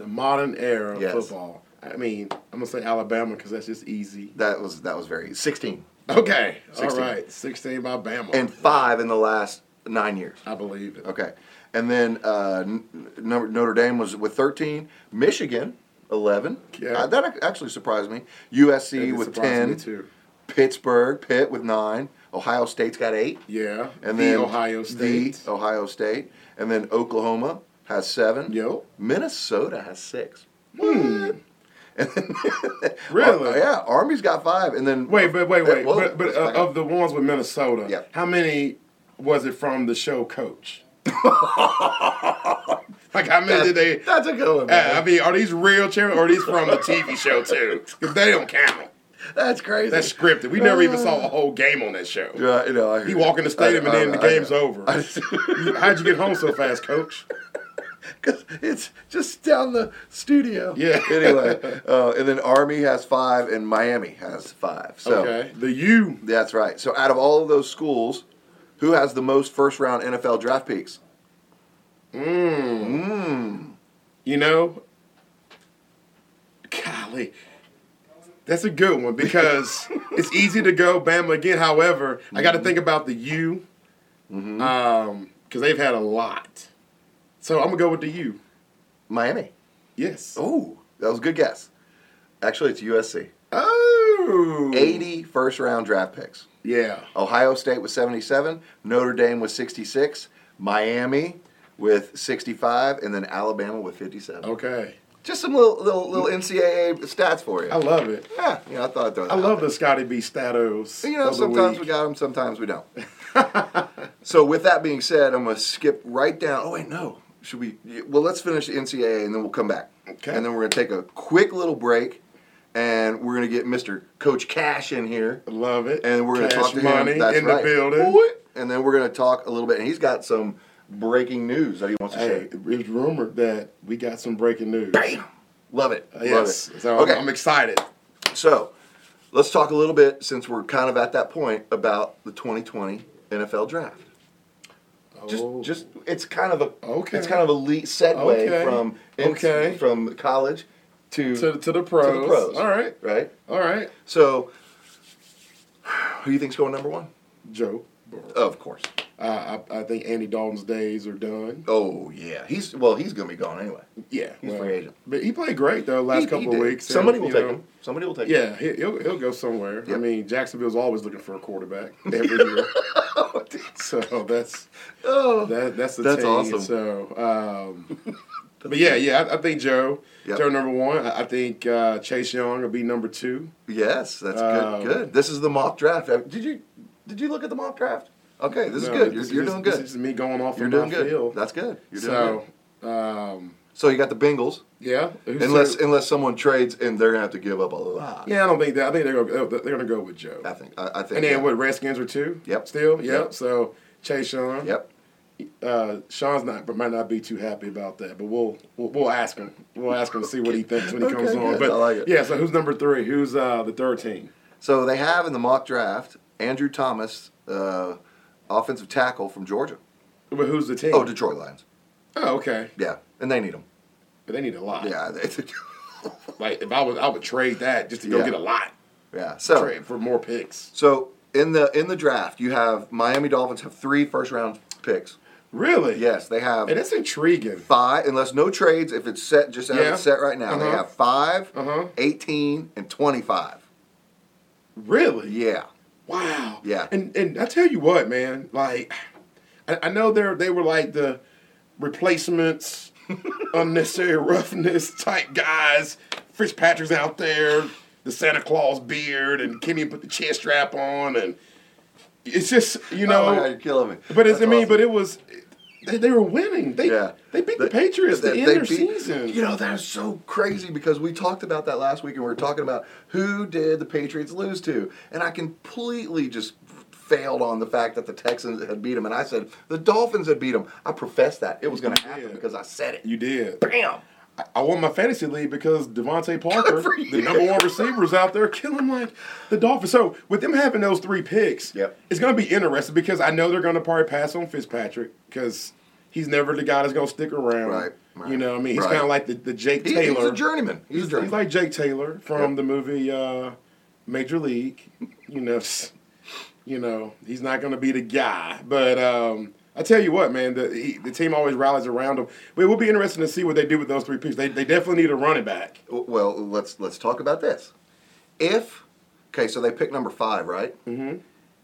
[SPEAKER 2] modern era of
[SPEAKER 1] Yes.
[SPEAKER 2] football. I mean, I'm gonna say Alabama because that's just easy.
[SPEAKER 1] That was that was very sixteen
[SPEAKER 2] Okay, all
[SPEAKER 1] 16.
[SPEAKER 2] right, 16 by Bama.
[SPEAKER 1] and five in the last nine years.
[SPEAKER 2] I believe it.
[SPEAKER 1] Okay, and then uh, N- N- Notre Dame was with thirteen, Michigan eleven.
[SPEAKER 2] Yeah.
[SPEAKER 1] Uh, that ac- actually surprised me. USC
[SPEAKER 2] It
[SPEAKER 1] with
[SPEAKER 2] surprised
[SPEAKER 1] ten,
[SPEAKER 2] me too.
[SPEAKER 1] Pittsburgh Pitt with nine, Ohio State's got eight.
[SPEAKER 2] Yeah,
[SPEAKER 1] and
[SPEAKER 2] the
[SPEAKER 1] then
[SPEAKER 2] Ohio State.
[SPEAKER 1] the Ohio State, and then Oklahoma has seven.
[SPEAKER 2] Yo,
[SPEAKER 1] Minnesota has six.
[SPEAKER 2] really?
[SPEAKER 1] Uh, yeah, Army's got five, and then
[SPEAKER 2] Wait, but wait,
[SPEAKER 1] Uh,
[SPEAKER 2] wait.
[SPEAKER 1] whoa,
[SPEAKER 2] but but
[SPEAKER 1] let's
[SPEAKER 2] uh,
[SPEAKER 1] back up.
[SPEAKER 2] of the ones with Minnesota,
[SPEAKER 1] Yeah.
[SPEAKER 2] how many was it from the show Coach? like how many did they?
[SPEAKER 1] that's a good one.
[SPEAKER 2] Uh,
[SPEAKER 1] man.
[SPEAKER 2] I mean, are these real chairs or are these from the TV show too? Because they don't count.
[SPEAKER 1] that's crazy.
[SPEAKER 2] That's scripted. We never even saw a whole game on that show.
[SPEAKER 1] Yeah, you know, I hear
[SPEAKER 2] He
[SPEAKER 1] you.
[SPEAKER 2] walk in the stadium and
[SPEAKER 1] I- I-
[SPEAKER 2] then the
[SPEAKER 1] I-
[SPEAKER 2] game's over.
[SPEAKER 1] I just-
[SPEAKER 2] You- How'd you get home so fast, Coach?
[SPEAKER 1] Because it's just down the studio.
[SPEAKER 2] Yeah.
[SPEAKER 1] Anyway, uh, and then Army has five, and Miami has five. So
[SPEAKER 2] Okay. The U.
[SPEAKER 1] that's right. So out of all of those schools, who has the most first round NFL draft picks?
[SPEAKER 2] You know, golly, that's a good one because it's easy to go Bama again. However, I got to think about the U,
[SPEAKER 1] Mm-hmm.
[SPEAKER 2] because they've had a lot. So I'm gonna go with the U.
[SPEAKER 1] Miami.
[SPEAKER 2] Yes.
[SPEAKER 1] Oh, that was a good guess. Actually, it's USC.
[SPEAKER 2] Oh.
[SPEAKER 1] 80 first round draft picks.
[SPEAKER 2] Yeah.
[SPEAKER 1] Ohio State with 77, Notre Dame with 66, Miami with 65, and then Alabama with 57.
[SPEAKER 2] Okay.
[SPEAKER 1] Just some little little, little NCAA stats for you.
[SPEAKER 2] I love it.
[SPEAKER 1] Yeah, you know, I thought I'd throw that
[SPEAKER 2] Oh. I
[SPEAKER 1] out
[SPEAKER 2] love the Scotty B. Statos.
[SPEAKER 1] there. You know,
[SPEAKER 2] of the
[SPEAKER 1] sometimes
[SPEAKER 2] week.
[SPEAKER 1] we got them, sometimes we don't. so with that being said, I'm gonna skip right down. Oh wait, no. Should we? Well, let's finish the NCAA and then we'll come back.
[SPEAKER 2] Okay.
[SPEAKER 1] And then we're gonna take a quick little break, and we're gonna get Mr. Coach Cash in here,
[SPEAKER 2] love it.
[SPEAKER 1] and we're gonna
[SPEAKER 2] Cash
[SPEAKER 1] talk to
[SPEAKER 2] money
[SPEAKER 1] him. That's
[SPEAKER 2] in
[SPEAKER 1] right.
[SPEAKER 2] the building.
[SPEAKER 1] What? And then we're gonna talk a little bit, and he's got some breaking news that he wants to
[SPEAKER 2] Hey,
[SPEAKER 1] share.
[SPEAKER 2] it's rumored that we got some breaking news. Uh,
[SPEAKER 1] Bam! Love it. Love
[SPEAKER 2] Yes.
[SPEAKER 1] it.
[SPEAKER 2] So I'm- I'm excited.
[SPEAKER 1] So, let's talk a little bit since we're kind of at that point about the 2020 NFL draft. Just,
[SPEAKER 2] Oh.
[SPEAKER 1] just it's kind of a
[SPEAKER 2] Okay.
[SPEAKER 1] It's kind of a le- segue
[SPEAKER 2] Okay.
[SPEAKER 1] from ins-
[SPEAKER 2] Okay.
[SPEAKER 1] from college to,
[SPEAKER 2] to, to the pros.
[SPEAKER 1] to the pros.
[SPEAKER 2] All right.
[SPEAKER 1] right.
[SPEAKER 2] All right.
[SPEAKER 1] So, who do you think's going number one?
[SPEAKER 2] Joe.
[SPEAKER 1] Of course.
[SPEAKER 2] Uh, I, I think Andy Dalton's days are done.
[SPEAKER 1] Oh yeah, he's well, he's gonna be gone anyway.
[SPEAKER 2] Yeah.
[SPEAKER 1] He's free agent.
[SPEAKER 2] But he played great, though, last
[SPEAKER 1] He- he
[SPEAKER 2] couple of
[SPEAKER 1] did.
[SPEAKER 2] weeks. and,
[SPEAKER 1] Somebody will
[SPEAKER 2] you
[SPEAKER 1] take
[SPEAKER 2] know,
[SPEAKER 1] him. Somebody will take him.
[SPEAKER 2] Yeah, he, he'll, he'll go somewhere. I
[SPEAKER 1] Yep.
[SPEAKER 2] mean, Jacksonville's always looking for a quarterback every year. so that's
[SPEAKER 1] Oh,
[SPEAKER 2] that, that's the
[SPEAKER 1] That's
[SPEAKER 2] team.
[SPEAKER 1] awesome.
[SPEAKER 2] So, um, but yeah, yeah, I, I think Joe,
[SPEAKER 1] Yep.
[SPEAKER 2] Joe number one. I, I think uh, Chase Young will be number two.
[SPEAKER 1] Yes, that's
[SPEAKER 2] Um,
[SPEAKER 1] good. Good. This is the mock draft. Uh, Did you did you look at the mock draft? Okay, this is
[SPEAKER 2] No,
[SPEAKER 1] good. You're,
[SPEAKER 2] this
[SPEAKER 1] you're
[SPEAKER 2] is-
[SPEAKER 1] doing
[SPEAKER 2] This
[SPEAKER 1] good.
[SPEAKER 2] is me going off
[SPEAKER 1] You're
[SPEAKER 2] of
[SPEAKER 1] doing
[SPEAKER 2] my
[SPEAKER 1] good.
[SPEAKER 2] field.
[SPEAKER 1] That's good. You're doing
[SPEAKER 2] so,
[SPEAKER 1] good.
[SPEAKER 2] um,
[SPEAKER 1] So you got the Bengals,
[SPEAKER 2] yeah. who's
[SPEAKER 1] unless
[SPEAKER 2] two?
[SPEAKER 1] unless someone trades and they're gonna have to give up a lot.
[SPEAKER 2] Yeah, I don't think that. I think they're gonna they're gonna go with Joe.
[SPEAKER 1] I think. I, I think.
[SPEAKER 2] And then
[SPEAKER 1] yeah.
[SPEAKER 2] what? Redskins are two.
[SPEAKER 1] Yep.
[SPEAKER 2] Still. Yep.
[SPEAKER 1] Yep.
[SPEAKER 2] So Chase Sean.
[SPEAKER 1] Yep.
[SPEAKER 2] Uh, Sean's not, but might not be too happy about that. But we'll we'll, we'll ask him. We'll ask him to see what he thinks when he
[SPEAKER 1] Okay,
[SPEAKER 2] comes on.
[SPEAKER 1] good.
[SPEAKER 2] But
[SPEAKER 1] I like it.
[SPEAKER 2] yeah. So who's number three? Who's uh, the third team?
[SPEAKER 1] So they have in the mock draft Andrew Thomas, uh, offensive tackle from Georgia.
[SPEAKER 2] But who's the team?
[SPEAKER 1] Oh, Detroit Lions.
[SPEAKER 2] Oh, okay.
[SPEAKER 1] Yeah, and they need him.
[SPEAKER 2] But they need a lot.
[SPEAKER 1] Yeah, they,
[SPEAKER 2] Like if I was, I would trade that just to go
[SPEAKER 1] Yeah. Oh.
[SPEAKER 2] get a lot.
[SPEAKER 1] yeah. So
[SPEAKER 2] Trade for more picks.
[SPEAKER 1] So in the in the draft, you have Miami Dolphins have three first round picks.
[SPEAKER 2] Really?
[SPEAKER 1] Yes, they have
[SPEAKER 2] And that's intriguing.
[SPEAKER 1] five, unless no trades, if it's set just as
[SPEAKER 2] Yeah.
[SPEAKER 1] it's set right now, they
[SPEAKER 2] Uh-huh.
[SPEAKER 1] have 5
[SPEAKER 2] Uh-huh.
[SPEAKER 1] 18, and 25.
[SPEAKER 2] Really?
[SPEAKER 1] Yeah.
[SPEAKER 2] Wow.
[SPEAKER 1] Yeah.
[SPEAKER 2] And and I tell you what, man, like I, I know they're they were like the replacements, unnecessary roughness type guys. Fitzpatrick's out there, the Santa Claus beard, and Kenny put the chest strap on, and it's just you know.
[SPEAKER 1] oh my God, you're killing me.
[SPEAKER 2] But it's,
[SPEAKER 1] That's
[SPEAKER 2] I mean,
[SPEAKER 1] awesome.
[SPEAKER 2] but it was they, they were winning. They
[SPEAKER 1] Yeah.
[SPEAKER 2] they beat the Patriots to
[SPEAKER 1] they-
[SPEAKER 2] end
[SPEAKER 1] they
[SPEAKER 2] their
[SPEAKER 1] beat-
[SPEAKER 2] season.
[SPEAKER 1] You know, that's so crazy because we talked about that last week and we were talking about who did the Patriots lose to. And I completely just failed on the fact that the Texans had beat them. And I said, the Dolphins had beat them. I professed that. It was going to happen
[SPEAKER 2] did.
[SPEAKER 1] because I said it.
[SPEAKER 2] you did.
[SPEAKER 1] Bam!
[SPEAKER 2] I- I won my fantasy league because Devontae Parker,
[SPEAKER 1] for you.
[SPEAKER 2] the number one receiver, is out there killing like the Dolphins. So with them having those three picks,
[SPEAKER 1] Yep.
[SPEAKER 2] it's going to be interesting because I know they're going to probably pass on Fitzpatrick because he's never the guy that's going to stick around.
[SPEAKER 1] Right, right,
[SPEAKER 2] You know, what I mean, he's
[SPEAKER 1] right.
[SPEAKER 2] kind of like the, the Jake
[SPEAKER 1] He-
[SPEAKER 2] Taylor.
[SPEAKER 1] he's a journeyman. He's,
[SPEAKER 2] He's,
[SPEAKER 1] a journeyman.
[SPEAKER 2] he's like Jake Taylor from the movie uh, Major League. You know, you know, he's not going to be the guy. But um, I tell you what, man, the he, the team always rallies around him. But it will be interesting to see what they do with those three picks. They they definitely need a running back.
[SPEAKER 1] Well, let's let's talk about this. If okay, so they pick number five, right? Mm-hmm.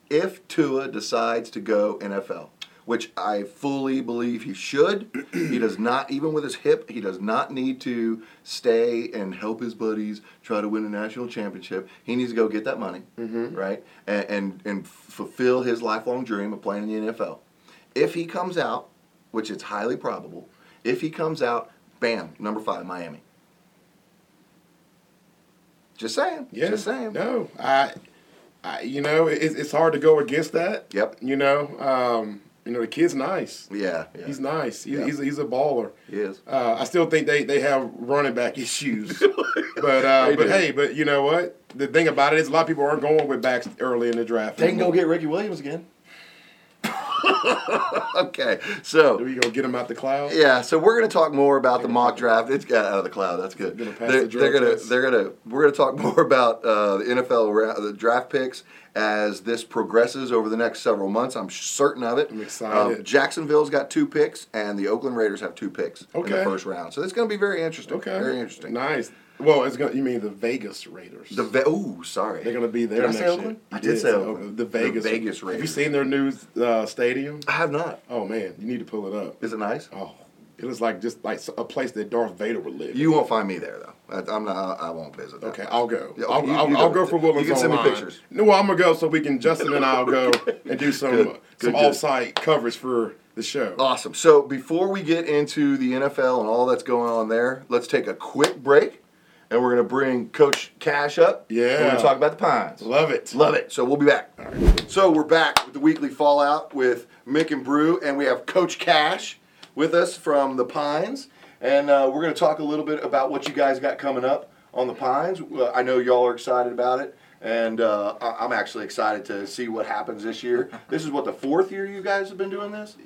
[SPEAKER 1] If Tua decides to go NFL, which I fully believe he should, he does not even with his hip. He does not need to stay and help his buddies try to win a national championship. He needs to go get that money,
[SPEAKER 2] Mm-hmm.
[SPEAKER 1] right, and, and and fulfill his lifelong dream of playing in the NFL. If he comes out, which it's highly probable, if he comes out, bam, number five, Miami. Just saying.
[SPEAKER 2] Yeah,
[SPEAKER 1] Just saying.
[SPEAKER 2] No, I, I you know, it, it's hard to go against that.
[SPEAKER 1] Yep.
[SPEAKER 2] You know, um, you know, the kid's nice.
[SPEAKER 1] Yeah. yeah.
[SPEAKER 2] He's nice. He's,
[SPEAKER 1] Yeah.
[SPEAKER 2] he's, he's a baller.
[SPEAKER 1] He is.
[SPEAKER 2] Uh, I still think they, they have running back issues. but uh,
[SPEAKER 1] They
[SPEAKER 2] but
[SPEAKER 1] do.
[SPEAKER 2] hey, but you know what? The thing about it is a lot of people aren't going with backs early in the draft.
[SPEAKER 1] They can go get Ricky Williams again. okay. So.
[SPEAKER 2] We gonna get them out the cloud.
[SPEAKER 1] Yeah, so we're going to talk more about the mock draft. It's got out of the cloud. That's good.
[SPEAKER 2] Gonna pass
[SPEAKER 1] they're
[SPEAKER 2] the drug
[SPEAKER 1] going to
[SPEAKER 2] test.
[SPEAKER 1] they're going to we're going to talk more about uh, the NFL ra- the draft picks as this progresses over the next several months. I'm certain of it. Um,
[SPEAKER 2] I'm excited.
[SPEAKER 1] Jacksonville's got two picks, and the Oakland Raiders have two picks in the
[SPEAKER 2] Okay.
[SPEAKER 1] first round. So it's going to be very interesting.
[SPEAKER 2] Okay.
[SPEAKER 1] very interesting.
[SPEAKER 2] Nice. Well, it's gonna. You mean the Vegas Raiders?
[SPEAKER 1] The Ve- oh, sorry,
[SPEAKER 2] They're gonna be there
[SPEAKER 1] Did I
[SPEAKER 2] next
[SPEAKER 1] say
[SPEAKER 2] year.
[SPEAKER 1] Oakland?
[SPEAKER 2] You
[SPEAKER 1] I did say Oakland.
[SPEAKER 2] The Vegas.
[SPEAKER 1] The Vegas
[SPEAKER 2] Have you
[SPEAKER 1] Raiders.
[SPEAKER 2] seen their new uh, stadium?
[SPEAKER 1] I have not.
[SPEAKER 2] Oh man, you need to pull it up.
[SPEAKER 1] Is it nice?
[SPEAKER 2] Oh, it looks like just like a place that Darth Vader would live.
[SPEAKER 1] You won't find me there though. I, I'm not. I, I won't visit. That
[SPEAKER 2] Okay,
[SPEAKER 1] place.
[SPEAKER 2] I'll go.
[SPEAKER 1] Yeah,
[SPEAKER 2] I'll,
[SPEAKER 1] you-
[SPEAKER 2] I'll,
[SPEAKER 1] you
[SPEAKER 2] I'll
[SPEAKER 1] go.
[SPEAKER 2] go for Willis
[SPEAKER 1] You can send me
[SPEAKER 2] online.
[SPEAKER 1] pictures.
[SPEAKER 2] No, well, I'm gonna go so we can Justin and I'll go and do some
[SPEAKER 1] Good,
[SPEAKER 2] uh,
[SPEAKER 1] good,
[SPEAKER 2] some
[SPEAKER 1] good.
[SPEAKER 2] off-site coverage for the show.
[SPEAKER 1] Awesome. So before we get into the NFL and all that's going on there, let's take a quick break, and we're gonna bring Coach Cash up.
[SPEAKER 2] Yeah.
[SPEAKER 1] We're gonna talk about the Pines.
[SPEAKER 2] Love it.
[SPEAKER 1] Love it. So we'll be back. So we're back with the weekly fallout with Mick and Brew, and we have Coach Cash with us from the Pines, and uh, we're going to talk a little bit about what you guys got coming up on the Pines. Uh, I know y'all are excited about it, and uh, I- I'm actually excited to see what happens this year. This is what the fourth year you guys have been doing this.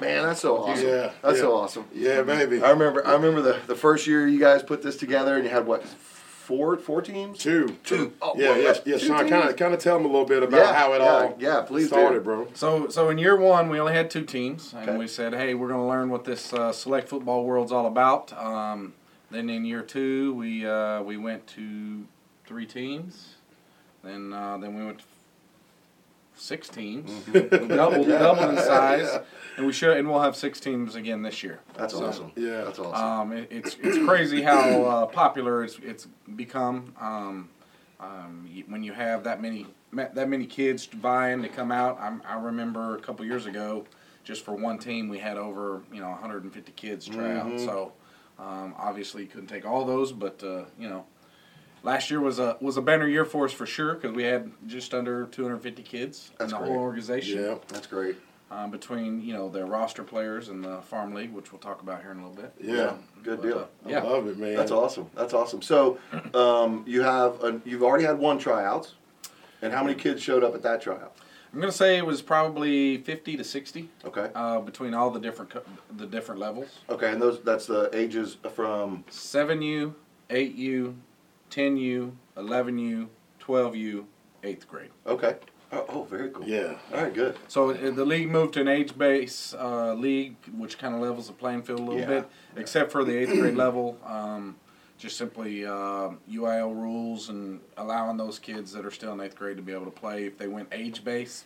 [SPEAKER 1] Man, that's so awesome.
[SPEAKER 2] Yeah,
[SPEAKER 1] that's so
[SPEAKER 2] yeah.
[SPEAKER 1] awesome.
[SPEAKER 2] Yeah, baby.
[SPEAKER 1] I remember. I remember the, the first year you guys put this together, and you had what four four teams?
[SPEAKER 2] Two.
[SPEAKER 1] Two. Oh,
[SPEAKER 2] yeah,
[SPEAKER 1] well,
[SPEAKER 2] yeah,
[SPEAKER 1] that's
[SPEAKER 2] yeah.
[SPEAKER 1] two
[SPEAKER 2] Sean,
[SPEAKER 1] teams.
[SPEAKER 2] kind of, kind of tell them a little bit about
[SPEAKER 1] Yeah,
[SPEAKER 2] how it
[SPEAKER 1] yeah,
[SPEAKER 2] all
[SPEAKER 1] yeah, please
[SPEAKER 2] started,
[SPEAKER 1] do.
[SPEAKER 2] bro.
[SPEAKER 3] So, so in year one, we only had two teams, and
[SPEAKER 1] Okay.
[SPEAKER 3] we said, "Hey, we're going to learn what this uh, select football world's all about." Um, then in year two, we uh, we went to three teams, then uh, then we went to six teams, We doubled doubled in size, and we should and we'll have six teams again this year.
[SPEAKER 1] That's
[SPEAKER 3] So,
[SPEAKER 1] awesome.
[SPEAKER 2] Yeah.
[SPEAKER 1] that's awesome.
[SPEAKER 3] Um, it, it's it's crazy how uh, popular it's it's become. Um, um, y- when you have that many ma- that many kids vying to come out, I'm, I remember a couple years ago, just for one team, we had over you know 150 kids try out. So um, obviously couldn't take all those, but uh, you know. Last year was a was a banner year for us for sure because we had just under 250 kids
[SPEAKER 1] That's
[SPEAKER 3] in the
[SPEAKER 1] great.
[SPEAKER 3] whole organization
[SPEAKER 2] Yeah,
[SPEAKER 1] That's great.
[SPEAKER 3] um, between you know their roster players and the farm league, which we'll talk about here in a little bit.
[SPEAKER 2] yeah.
[SPEAKER 1] Good
[SPEAKER 3] But,
[SPEAKER 1] deal.
[SPEAKER 3] uh,
[SPEAKER 2] I
[SPEAKER 3] yeah.
[SPEAKER 2] love it, man.
[SPEAKER 1] That's awesome. That's awesome. So, um, you have a, you've already had one tryouts, and how many kids showed up at that tryout?
[SPEAKER 3] I'm gonna say it was probably 50 to 60
[SPEAKER 1] Okay.
[SPEAKER 3] uh, between all the different co- the different levels.
[SPEAKER 1] Okay, and those that's the ages from
[SPEAKER 3] Seven U, eight U, ten U, eleven U, twelve U, eighth grade.
[SPEAKER 1] okay, Oh, oh, very cool.
[SPEAKER 2] Yeah.
[SPEAKER 1] All right, good.
[SPEAKER 3] So uh, the league moved to an age base uh, league, which kind of levels the playing field a little
[SPEAKER 1] Yeah.
[SPEAKER 3] bit, except for the eighth grade level. Um, just simply uh, UIL rules and allowing those kids that are still in eighth grade to be able to play. If they went age base,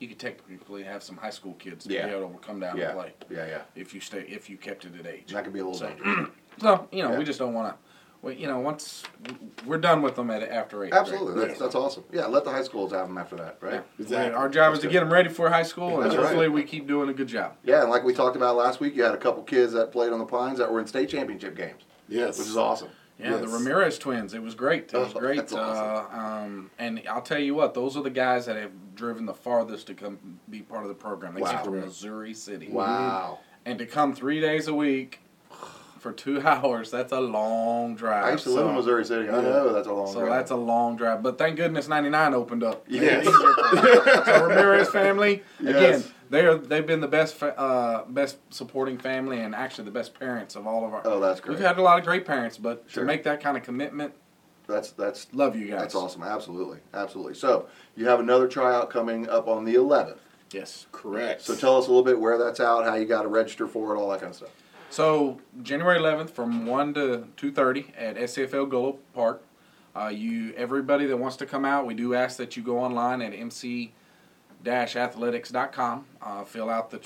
[SPEAKER 3] you could technically have some high school kids
[SPEAKER 1] Yeah.
[SPEAKER 3] be able to come down
[SPEAKER 1] Yeah.
[SPEAKER 3] and play
[SPEAKER 1] Yeah, yeah.
[SPEAKER 3] if you stay if you kept it at age.
[SPEAKER 1] That could be a little
[SPEAKER 3] So-
[SPEAKER 1] dangerous.
[SPEAKER 3] So you know
[SPEAKER 1] Yeah.
[SPEAKER 3] we just don't want to. We, you know once we're done with them at after eighth. grade.
[SPEAKER 1] Absolutely. That's, that's awesome. Yeah, let the high schools have them after that, right?
[SPEAKER 2] Exactly.
[SPEAKER 3] Our job
[SPEAKER 1] That's
[SPEAKER 3] is to
[SPEAKER 1] good.
[SPEAKER 3] get them ready for high school, and
[SPEAKER 1] That's right.
[SPEAKER 3] hopefully we keep doing a good job.
[SPEAKER 1] Yeah, and like we talked about last week, you had a couple kids that played on the Pines that were in state championship games,
[SPEAKER 2] Yes.
[SPEAKER 1] which is awesome.
[SPEAKER 3] Yeah, the
[SPEAKER 2] Yes.
[SPEAKER 3] Ramirez twins. It was great. It was
[SPEAKER 1] Oh,
[SPEAKER 3] great.
[SPEAKER 1] that's
[SPEAKER 3] uh, um, and I'll tell you what, those are the guys that have driven the farthest to come be part of the program. They
[SPEAKER 1] Wow.
[SPEAKER 3] came from Missouri City.
[SPEAKER 1] Wow.
[SPEAKER 3] And to come three days a week for two hours, that's a long drive.
[SPEAKER 1] I used to live
[SPEAKER 3] so,
[SPEAKER 1] in Missouri City. I know that's a long
[SPEAKER 3] So
[SPEAKER 1] drive.
[SPEAKER 3] that's a long drive. But thank goodness 99 opened up.
[SPEAKER 1] Yes.
[SPEAKER 3] so Ramirez family, again,
[SPEAKER 1] Yes.
[SPEAKER 3] they are, they've been the best, fa- uh, best supporting family and actually the best parents of all of our.
[SPEAKER 1] Oh, that's great.
[SPEAKER 3] We've had a lot of great parents, but
[SPEAKER 1] Sure.
[SPEAKER 3] to make that kind of commitment,
[SPEAKER 1] That's that's
[SPEAKER 3] Love you guys.
[SPEAKER 1] that's awesome. Absolutely, absolutely. So you have another tryout coming up on the 11th.
[SPEAKER 3] Yes.
[SPEAKER 2] correct.
[SPEAKER 1] So tell us a little bit where that's out, how you got to register for it, all that kind of stuff.
[SPEAKER 3] So January 11th from 1 to 2:30 at SCFL Gullo Park. Uh, you everybody that wants to come out, we do ask that you go online at mc-athletics.com. Uh, fill out the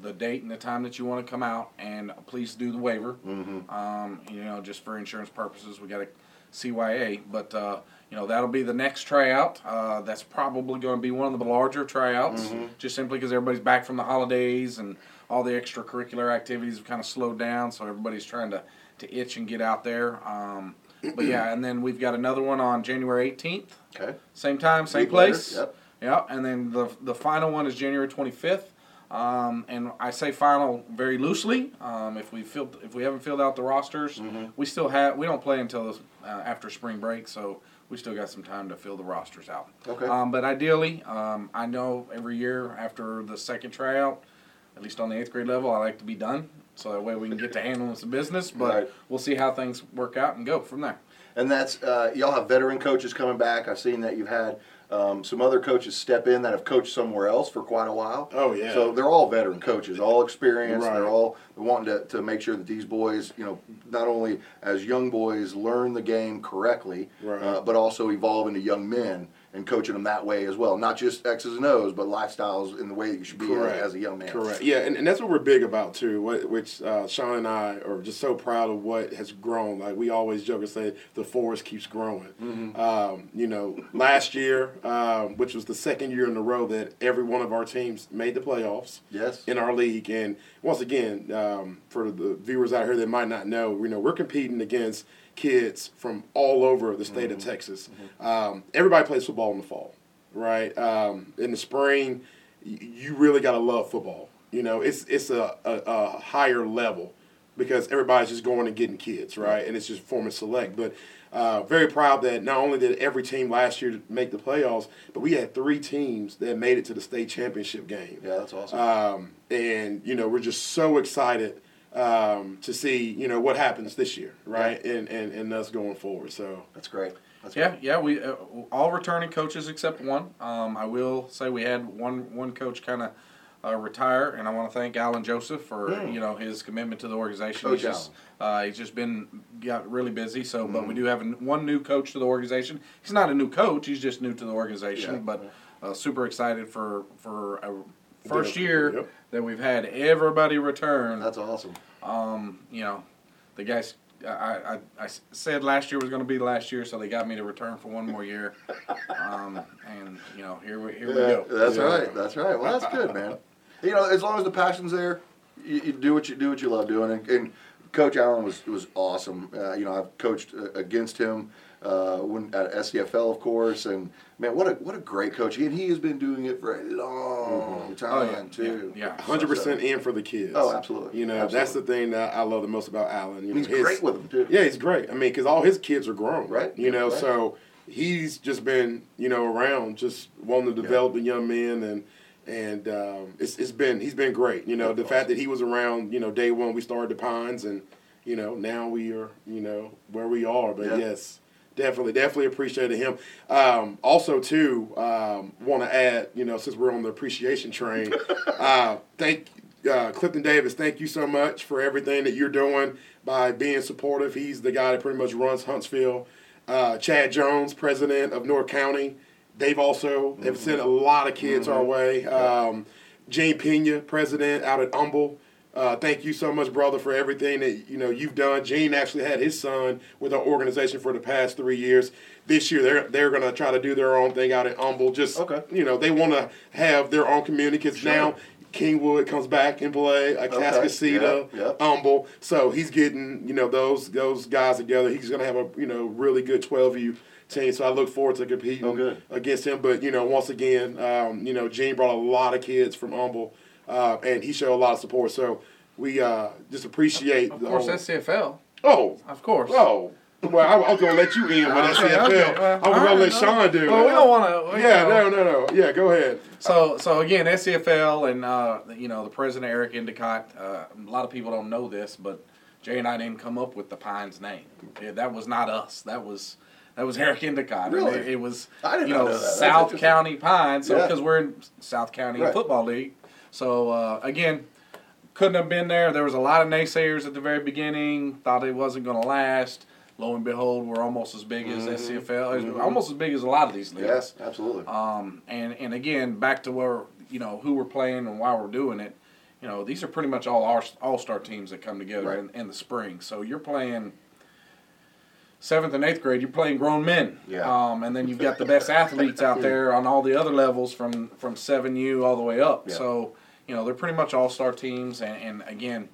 [SPEAKER 3] the date and the time that you want to come out, and please do the waiver. Um, you know, just for insurance purposes, we got a CYA, but uh, you know that'll be the next tryout. Uh, that's probably going to be one of the larger tryouts, just simply because everybody's back from the holidays and all the extracurricular activities have kind of slowed down, so everybody's trying to to itch and get out there. Um, but yeah, and then we've got another one on January 18th,
[SPEAKER 1] Okay.
[SPEAKER 3] same time, same
[SPEAKER 1] Week later,
[SPEAKER 3] place.
[SPEAKER 1] yep.
[SPEAKER 3] Yep, And then the the final one is January 25th. Um, and I say final very loosely. Um, if we filled, if we haven't filled out the rosters,
[SPEAKER 1] Mm-hmm.
[SPEAKER 3] we still have. We don't play until uh, after spring break, so we still got some time to fill the rosters out.
[SPEAKER 1] Okay.
[SPEAKER 3] Um, but ideally, um, I know every year after the second tryout, at least on the eighth grade level, I like to be done, so that way we can get to handling some business. But
[SPEAKER 1] Right.
[SPEAKER 3] we'll see how things work out and go from there.
[SPEAKER 1] And that's uh, y'all have veteran coaches coming back. I've seen that you've had um, some other coaches step in that have coached somewhere else for quite a while.
[SPEAKER 2] Oh, yeah.
[SPEAKER 1] So they're all veteran coaches, all experienced.
[SPEAKER 2] Right.
[SPEAKER 1] They're all wanting to, to make sure that these boys, you know, not only as young boys learn the game correctly,
[SPEAKER 2] Right.
[SPEAKER 1] uh, but also evolve into young men and coaching them that way as well. Not just X's and O's, but lifestyles and the way that you should be as, as a young man.
[SPEAKER 2] Correct. Yeah, and, and that's what we're big about too. What, which uh, Sean and I are just so proud of what has grown. Like we always joke and say, the forest keeps growing.
[SPEAKER 1] Mm-hmm.
[SPEAKER 2] Um, you know, last year, um, which was the second year in a row that every one of our teams made the playoffs.
[SPEAKER 1] Yes.
[SPEAKER 2] In our league, and once again, um, for the viewers out here that might not know, you know, we're competing against kids from all over the state of Texas. Um, everybody plays football in the fall, right? Um, in the spring, y- you really got to love football. You know, it's it's a, a, a higher level because everybody's just going and getting kids, right? And it's just forming select. But uh, very proud that not only did every team last year make the playoffs, but we had three teams that made it to the state championship game.
[SPEAKER 1] Yeah, that's awesome.
[SPEAKER 2] Um, and you know, we're just so excited um, to see you know what happens this year, right? And, and and us going forward. So
[SPEAKER 1] that's great. That's
[SPEAKER 3] Yeah,
[SPEAKER 1] great.
[SPEAKER 3] yeah, we uh, all returning coaches except one. Um, I will say we had one one coach kind of uh, retire, and I want to thank Alan Joseph for
[SPEAKER 1] Hmm.
[SPEAKER 3] you know his commitment to the organization.
[SPEAKER 1] Coach
[SPEAKER 3] he's just, uh, he's just been got really busy. So, but
[SPEAKER 1] Hmm.
[SPEAKER 3] we do have an, one new coach to the organization. He's not a new coach; he's just new to the organization.
[SPEAKER 1] Yeah.
[SPEAKER 3] But uh, super excited for for a first
[SPEAKER 2] Yeah.
[SPEAKER 3] year
[SPEAKER 2] Yep.
[SPEAKER 3] that we've had everybody return
[SPEAKER 1] That's awesome.
[SPEAKER 3] you know, the guys. I, I, I s- said last year was going to be last year, so they got me to return for one more year. Um, and you know, here we here we
[SPEAKER 1] Yeah,
[SPEAKER 3] go.
[SPEAKER 1] That's
[SPEAKER 2] Yeah.
[SPEAKER 1] right. That's right. Well, that's good, man. You know, as long as the passion's there, you, you do what you do what you love doing. And, and Coach Allen was was awesome. Uh, you know, I've coached uh, against him uh, when at SCFL, of course. And man, what a what a great coach. He, and he has been doing it for a long
[SPEAKER 3] Oh
[SPEAKER 1] time
[SPEAKER 3] yeah,
[SPEAKER 1] too.
[SPEAKER 3] yeah, yeah.
[SPEAKER 2] hundred percent in for the kids.
[SPEAKER 1] Oh, absolutely.
[SPEAKER 2] You know, that's the thing that I love the most about Allen. You know,
[SPEAKER 1] He's
[SPEAKER 2] his-
[SPEAKER 1] great with them too.
[SPEAKER 2] Yeah, he's great. I mean, because all his kids are grown,
[SPEAKER 1] Right.
[SPEAKER 2] You know,
[SPEAKER 1] Right.
[SPEAKER 2] so he's just been you know around, just wanting to develop the young men, and and um, it's it's been he's been great. You know,
[SPEAKER 1] That's
[SPEAKER 2] the fact
[SPEAKER 1] awesome.
[SPEAKER 2] that he was around, you know, day one we started the Pines, and you know now we are you know where we are. But
[SPEAKER 1] Yeah.
[SPEAKER 2] yes, Definitely, definitely appreciated him. Um, also, too, um, want to add, you know, since we're on the appreciation train, uh, thank uh, Clifton Davis. Thank you so much for everything that you're doing by being supportive. He's the guy that pretty much runs Huntsville. Uh, Chad Jones, president of North County. They've also have
[SPEAKER 4] Mm-hmm.
[SPEAKER 2] sent a lot of kids our way. Um, Gene Pena, president out at Humble. Uh, thank you so much, brother, for everything that you know you've done. Gene actually had his son with our organization for the past three years. This year, they're they're gonna try to do their own thing out at Humble. Just
[SPEAKER 4] Okay.
[SPEAKER 2] you know, they want to have their own community because now Kingwood comes back and play, like
[SPEAKER 4] Okay,
[SPEAKER 2] Cascasita,
[SPEAKER 4] yeah, yeah.
[SPEAKER 2] Humble. So he's getting you know those those guys together. He's gonna have a you know really good twelve U team. So I look forward to competing
[SPEAKER 4] Oh, good.
[SPEAKER 2] against him. But you know, once again, um, you know, Gene brought a lot of kids from Humble, uh, and he showed a lot of support. So we uh, just appreciate.
[SPEAKER 3] Of
[SPEAKER 2] the
[SPEAKER 3] course,
[SPEAKER 2] whole-
[SPEAKER 3] that's CFL.
[SPEAKER 2] oh
[SPEAKER 3] Of course.
[SPEAKER 2] oh. Well, I, I was gonna let you in with that
[SPEAKER 3] Okay,
[SPEAKER 2] CFL.
[SPEAKER 3] okay, well,
[SPEAKER 2] I was gonna
[SPEAKER 3] all
[SPEAKER 2] let
[SPEAKER 3] right,
[SPEAKER 2] Sean do.
[SPEAKER 3] Well,
[SPEAKER 2] it.
[SPEAKER 3] we don't want to.
[SPEAKER 2] Yeah, no, no, no. Yeah, go ahead.
[SPEAKER 3] So, so again, SCFL and uh, you know the president Eric Endicott. Uh, a lot of people don't know this, but Jay and I didn't come up with the Pines name. Yeah, that was not us. That was that was Eric Endicott.
[SPEAKER 4] Really?
[SPEAKER 3] And It, it was
[SPEAKER 4] I did
[SPEAKER 3] you
[SPEAKER 4] not
[SPEAKER 3] know
[SPEAKER 4] know that. That's
[SPEAKER 3] South
[SPEAKER 4] interesting.
[SPEAKER 3] County Pines. So
[SPEAKER 4] Yeah.
[SPEAKER 3] because we're in South County
[SPEAKER 4] Right.
[SPEAKER 3] Football League. So uh, again, couldn't have been there. There was a lot of naysayers at the very beginning. Thought it wasn't going to last. Lo and behold, we're almost as big as SCFL. Almost as big as a lot of these leagues.
[SPEAKER 4] Mm-hmm. Yes, absolutely.
[SPEAKER 3] Um, and and again, back to where you know who we're playing and why we're doing it. You know, these are pretty much all all star teams that come together
[SPEAKER 4] Right.
[SPEAKER 3] in, in the spring. So you're playing seventh and eighth grade. You're playing grown men.
[SPEAKER 4] Yeah.
[SPEAKER 3] Um, and then you've got the best athletes out there on all the other levels from from seven U all the way up.
[SPEAKER 4] Yeah.
[SPEAKER 3] So you know they're pretty much all star teams. And, and again,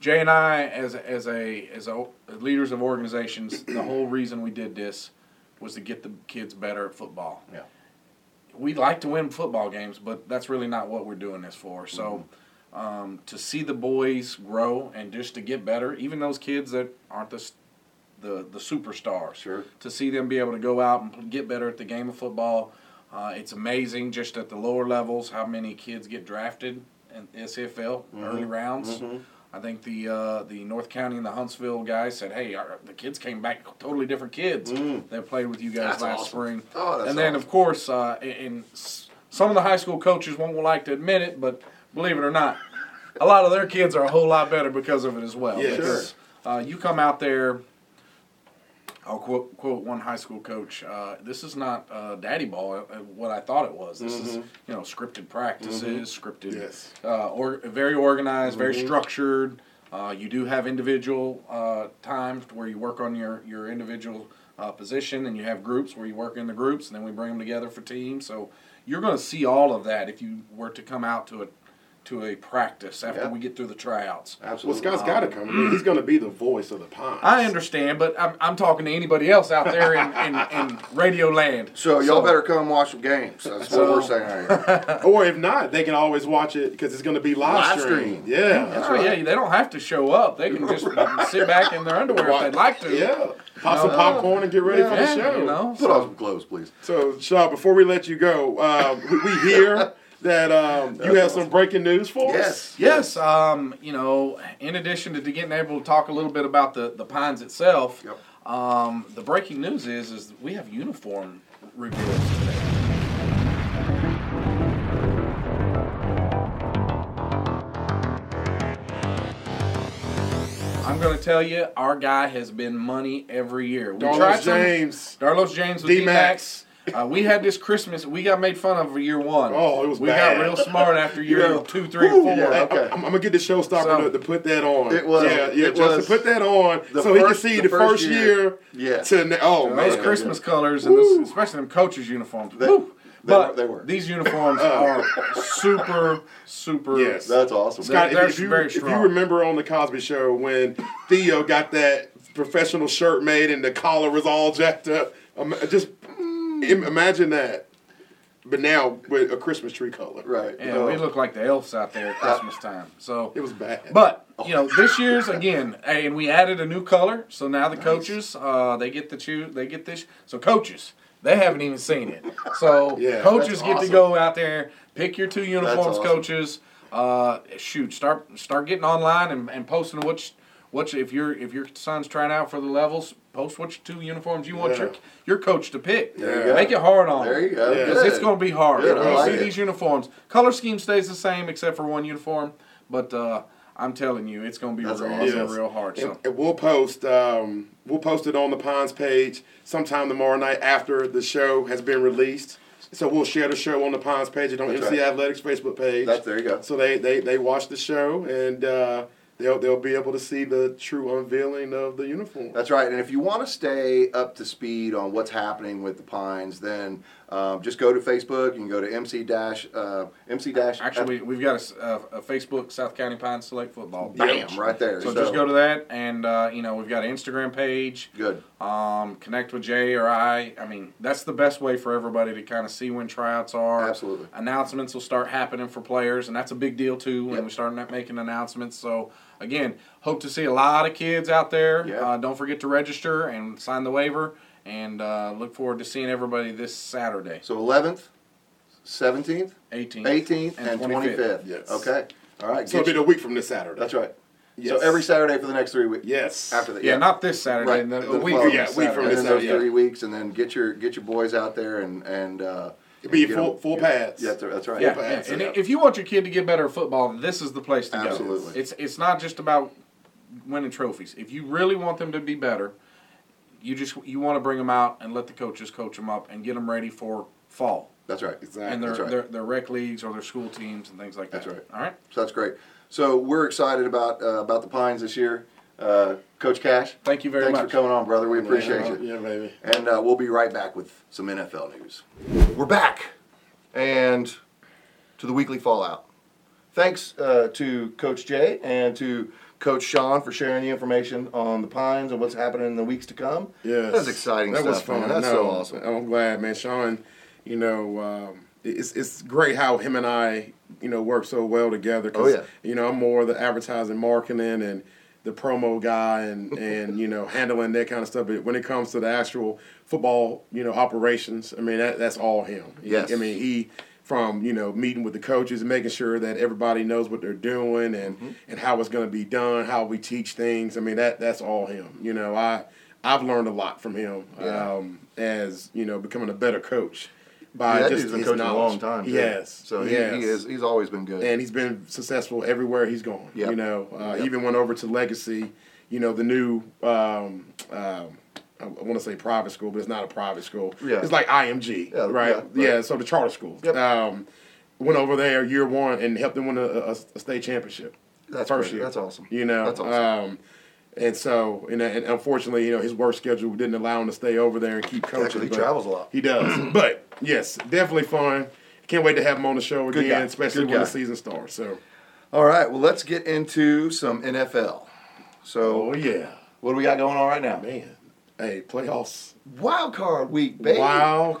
[SPEAKER 3] Jay and I, as as a as a, leaders of organizations, the whole reason we did this was to get the kids better at football.
[SPEAKER 4] Yeah.
[SPEAKER 3] We like to win football games, but that's really not what we're doing this for. So,
[SPEAKER 4] Mm-hmm.
[SPEAKER 3] um, to see the boys grow and just to get better, even those kids that aren't the s- the the superstars,
[SPEAKER 4] Sure.
[SPEAKER 3] to see them be able to go out and get better at the game of football. Uh, it's amazing just at the lower levels how many kids get drafted in SFL
[SPEAKER 4] Mm-hmm.
[SPEAKER 3] early rounds. I think the uh, the North County and the Huntsville guys said, "Hey, our, the kids came back totally different kids that played with you guys
[SPEAKER 4] Mm. That's
[SPEAKER 3] last
[SPEAKER 4] awesome.
[SPEAKER 3] spring."
[SPEAKER 4] Oh, that's
[SPEAKER 3] and then
[SPEAKER 4] awesome.
[SPEAKER 3] of course, uh, and- and s- some of the high school coaches won't like to admit it, but believe it or not, a lot of their kids are a whole lot better because of it as well.
[SPEAKER 2] Yes.
[SPEAKER 3] Because, uh, you come out there. I'll quote, quote one high school coach. Uh, this is not uh, daddy ball, uh, what I thought it was. This
[SPEAKER 4] Mm-hmm.
[SPEAKER 3] is you know scripted practices, scripted,
[SPEAKER 2] Yes.
[SPEAKER 3] uh, or, very organized, very
[SPEAKER 4] Mm-hmm.
[SPEAKER 3] structured. Uh, you do have individual uh, times where you work on your your individual uh, position, and you have groups where you work in the groups, and then we bring them together for teams. So you're going to see all of that if you were to come out to a to a practice after
[SPEAKER 4] Yeah.
[SPEAKER 3] we get through the tryouts.
[SPEAKER 2] Well,
[SPEAKER 4] Absolutely.
[SPEAKER 2] Scott's got to come. I mean, he's going to be the voice of the pond.
[SPEAKER 3] Uh, I understand, but I'm, I'm talking to anybody else out there in, in, in radio land.
[SPEAKER 4] So y'all better come watch some games. That's what we're saying right here.
[SPEAKER 2] Or if not, they can always watch it because it's going to be live,
[SPEAKER 4] Live stream.
[SPEAKER 2] streamed. Yeah.
[SPEAKER 3] Oh, yeah, they don't have to show up. They can just sit back in their underwear if they'd like to.
[SPEAKER 2] Yeah. Pop some popcorn and get ready for
[SPEAKER 3] Yeah,
[SPEAKER 2] the show.
[SPEAKER 3] you know.
[SPEAKER 4] Put on some clothes, please.
[SPEAKER 2] So, Shaw, before we let you go, um, we, we hear that um, you have some breaking news for us.
[SPEAKER 4] Yes.
[SPEAKER 3] Yes, um, you know, in addition to getting able to talk a little bit about the, the pines itself,
[SPEAKER 4] Yep.
[SPEAKER 3] um, the breaking news is is we have uniform reveals today. I'm gonna tell you, our guy has been money every year. We tried
[SPEAKER 2] Darlos
[SPEAKER 3] some-
[SPEAKER 2] James.
[SPEAKER 3] Darlos James with
[SPEAKER 2] D-Max.
[SPEAKER 3] D-Max. Uh, we had this Christmas. We got made fun of for year one.
[SPEAKER 2] Oh, it was
[SPEAKER 3] We
[SPEAKER 2] bad.
[SPEAKER 3] got real smart after year
[SPEAKER 4] Yeah.
[SPEAKER 3] two, three, and four.
[SPEAKER 4] yeah.
[SPEAKER 2] I-
[SPEAKER 4] Okay.
[SPEAKER 2] I'm, gonna get the showstopper
[SPEAKER 3] So-
[SPEAKER 2] to, to put that on.
[SPEAKER 4] It was-
[SPEAKER 2] yeah, yeah.
[SPEAKER 4] it
[SPEAKER 2] Justin,
[SPEAKER 4] was
[SPEAKER 2] put that on
[SPEAKER 4] the
[SPEAKER 2] so he can
[SPEAKER 4] first-
[SPEAKER 2] see
[SPEAKER 4] the
[SPEAKER 2] the first
[SPEAKER 4] first
[SPEAKER 2] year.
[SPEAKER 4] year. Yeah.
[SPEAKER 2] To na- oh man,
[SPEAKER 3] Those
[SPEAKER 4] yeah,
[SPEAKER 3] Christmas colors, and this, especially them coaches' uniforms. Woo!
[SPEAKER 4] they
[SPEAKER 3] but
[SPEAKER 4] were- they were.
[SPEAKER 3] these uniforms are super, super.
[SPEAKER 2] Yes.
[SPEAKER 4] That's awesome.
[SPEAKER 2] Scott,
[SPEAKER 3] They're-
[SPEAKER 2] if, if
[SPEAKER 3] they're
[SPEAKER 2] you,
[SPEAKER 3] very
[SPEAKER 2] if you
[SPEAKER 3] strong.
[SPEAKER 2] remember on the Cosby Show when Theo got that professional shirt made and the collar was all jacked up, um, just im- imagine that. But now with a Christmas tree color,
[SPEAKER 4] right.
[SPEAKER 3] Yeah,
[SPEAKER 4] No.
[SPEAKER 3] we look like the elves out there at Christmas time. So
[SPEAKER 2] It was bad.
[SPEAKER 3] But you know, this year's again, hey, and we added a new color. So now the coaches, uh, they get to choose. They get this. So coaches, they haven't even seen it. So
[SPEAKER 2] Yeah,
[SPEAKER 3] coaches
[SPEAKER 4] that's
[SPEAKER 3] get
[SPEAKER 4] awesome.
[SPEAKER 3] to go out there, pick your two uniforms,
[SPEAKER 4] awesome.
[SPEAKER 3] coaches. Uh, shoot, start start getting online and, and posting what you, what you, if your if your son's trying out for the levels, Post what two uniforms you want your
[SPEAKER 2] Yeah.
[SPEAKER 3] your coach to pick.
[SPEAKER 4] There you go.
[SPEAKER 3] Make it hard on
[SPEAKER 4] There
[SPEAKER 3] him.
[SPEAKER 4] you go.
[SPEAKER 2] Yeah.
[SPEAKER 3] Because it's
[SPEAKER 4] Good.
[SPEAKER 3] going to be hard.
[SPEAKER 4] Good,
[SPEAKER 3] You're
[SPEAKER 4] I
[SPEAKER 3] going to
[SPEAKER 4] like
[SPEAKER 3] see
[SPEAKER 4] it.
[SPEAKER 3] these uniforms. Color scheme stays the same except for one uniform, but uh, I'm telling you, it's going to be
[SPEAKER 4] That's
[SPEAKER 3] real,
[SPEAKER 4] awesome.
[SPEAKER 3] it's gonna be
[SPEAKER 2] Yes.
[SPEAKER 3] real hard. So.
[SPEAKER 2] And, and we'll post um, we'll post it on the Pons page sometime tomorrow night after the show has been released. So we'll share the show on the Pons page and on
[SPEAKER 4] That's
[SPEAKER 2] MC
[SPEAKER 4] right.
[SPEAKER 2] Athletics Facebook page.
[SPEAKER 4] That's- there you go.
[SPEAKER 2] So they they, they watch the show and uh, they'll they'll be able to see the true unveiling of the uniform.
[SPEAKER 4] That's right. And if you want to stay up to speed on what's happening with the Pines, then um, just go to Facebook. You can go to MC dash uh, MC dash.
[SPEAKER 3] Actually, we, we've got a s- a, a Facebook South County Pine Select Football.
[SPEAKER 4] bam, right there.
[SPEAKER 3] So, just go to that, and uh, you know we've got an Instagram page.
[SPEAKER 4] Good.
[SPEAKER 3] Um, connect with Jay or I. I mean, that's the best way for everybody to kind of see when tryouts are.
[SPEAKER 4] Absolutely.
[SPEAKER 3] Announcements will start happening for players, and that's a big deal too when
[SPEAKER 4] Yep.
[SPEAKER 3] we start not making announcements. So again, hope to see a lot of kids out there.
[SPEAKER 4] Yeah.
[SPEAKER 3] Uh, don't forget to register and sign the waiver, and uh, look forward to seeing everybody this Saturday,
[SPEAKER 4] So 11th, 17th,
[SPEAKER 3] 18th,
[SPEAKER 4] 18th, and 25th.
[SPEAKER 2] Yes.
[SPEAKER 4] Okay. All right.
[SPEAKER 2] So it'll be
[SPEAKER 4] Get-
[SPEAKER 2] the week from this Saturday.
[SPEAKER 4] that's right. So
[SPEAKER 2] Yes.
[SPEAKER 4] every Saturday for the next three weeks.
[SPEAKER 2] Yes.
[SPEAKER 4] After that.
[SPEAKER 3] Yeah, not this Saturday.
[SPEAKER 4] Right.
[SPEAKER 3] The,
[SPEAKER 4] The
[SPEAKER 3] week,
[SPEAKER 4] 12th.
[SPEAKER 3] yeah,
[SPEAKER 2] Yeah, week from
[SPEAKER 4] and
[SPEAKER 2] this
[SPEAKER 4] then
[SPEAKER 2] Saturday,
[SPEAKER 4] those
[SPEAKER 2] yeah.
[SPEAKER 4] three weeks, and then get your get your boys out there and and. Uh,
[SPEAKER 2] It'll be
[SPEAKER 4] and get
[SPEAKER 2] full
[SPEAKER 4] 'em-
[SPEAKER 2] full pads.
[SPEAKER 4] Yeah, that's right.
[SPEAKER 3] Yeah,
[SPEAKER 2] pads,
[SPEAKER 3] yeah. and
[SPEAKER 2] yeah.
[SPEAKER 3] i- if you want your kid to get better at football, this is the place to go.
[SPEAKER 4] Absolutely.
[SPEAKER 3] It's it's not just about winning trophies. If you really want them to be better, you just you want to bring them out and let the coaches coach them up and get them ready for fall
[SPEAKER 4] That's right.
[SPEAKER 2] Exactly.
[SPEAKER 3] and their
[SPEAKER 4] That's right.
[SPEAKER 3] their, their rec leagues or their school teams and things like that.
[SPEAKER 4] That's right.
[SPEAKER 3] All right.
[SPEAKER 4] So that's great. So we're excited about uh, about the Pines this year, uh, Coach Cash.
[SPEAKER 3] Thank you very
[SPEAKER 4] thanks
[SPEAKER 3] much.
[SPEAKER 4] for coming on, brother. We appreciate you.
[SPEAKER 2] Yeah, baby.
[SPEAKER 4] And uh, we'll be right back with some NFL news. We're back, and to the weekly fallout. Thanks uh, to Coach Jay and to Coach Sean for sharing the information on the Pines and what's happening in the weeks to come.
[SPEAKER 2] Yes.
[SPEAKER 1] That's exciting
[SPEAKER 2] That
[SPEAKER 1] stuff,
[SPEAKER 2] was fun.
[SPEAKER 1] man. That's
[SPEAKER 2] No,
[SPEAKER 1] so awesome.
[SPEAKER 2] I'm glad, man. Sean, you know, um, it's it's great how him and I, you know, work so well together.
[SPEAKER 1] Oh, yeah.
[SPEAKER 2] You know, I'm more the advertising, marketing, and the promo guy, and and you know, handling that kind of stuff. But when it comes to the actual football, you know, operations, I mean, that, that's all him.
[SPEAKER 1] Yes.
[SPEAKER 2] I mean, he from you know meeting with the coaches and making sure that everybody knows what they're doing and
[SPEAKER 1] Mm-hmm.
[SPEAKER 2] and how it's going to be done, how we teach things. I mean that that's all him. You know, I I've learned a lot from him
[SPEAKER 1] Yeah.
[SPEAKER 2] um, as you know becoming a better coach by
[SPEAKER 1] that
[SPEAKER 2] just
[SPEAKER 1] dude's been
[SPEAKER 2] his
[SPEAKER 1] coaching
[SPEAKER 2] knowledge.
[SPEAKER 1] a long time. too.
[SPEAKER 2] Yes,
[SPEAKER 1] So he,
[SPEAKER 2] yes.
[SPEAKER 1] he is. He's always been good.
[SPEAKER 2] and he's been successful everywhere he's gone.
[SPEAKER 1] Yep.
[SPEAKER 2] You know, uh,
[SPEAKER 1] Yep.
[SPEAKER 2] he even went over to Legacy. You know, the new. Um, um, I want to say private school, but it's not a private school.
[SPEAKER 1] Yeah.
[SPEAKER 2] It's like IMG,
[SPEAKER 1] Yeah,
[SPEAKER 2] right?
[SPEAKER 1] yeah,
[SPEAKER 2] Yeah,
[SPEAKER 1] right.
[SPEAKER 2] so the charter school.
[SPEAKER 1] Yep.
[SPEAKER 2] Um, went over there year one and helped them win a, a, a state championship.
[SPEAKER 1] That's great. That's awesome.
[SPEAKER 2] You know,
[SPEAKER 1] That's awesome.
[SPEAKER 2] um, and so, and, and unfortunately, you know, his work schedule didn't allow him to stay over there and keep coaching.
[SPEAKER 1] Actually, he
[SPEAKER 2] but
[SPEAKER 1] travels a lot.
[SPEAKER 2] He
[SPEAKER 1] Mm-hmm.
[SPEAKER 2] does. but yes, definitely fun. Can't wait to have him on the show
[SPEAKER 1] Good
[SPEAKER 2] again,
[SPEAKER 1] guy.
[SPEAKER 2] especially
[SPEAKER 1] Good
[SPEAKER 2] when
[SPEAKER 1] guy.
[SPEAKER 2] the season starts. So,
[SPEAKER 1] All right. Well, let's get into some NFL. So
[SPEAKER 2] oh yeah,
[SPEAKER 1] what do we got going on right now?
[SPEAKER 2] man. Hey, playoffs,
[SPEAKER 1] Wild card week, baby.
[SPEAKER 2] wild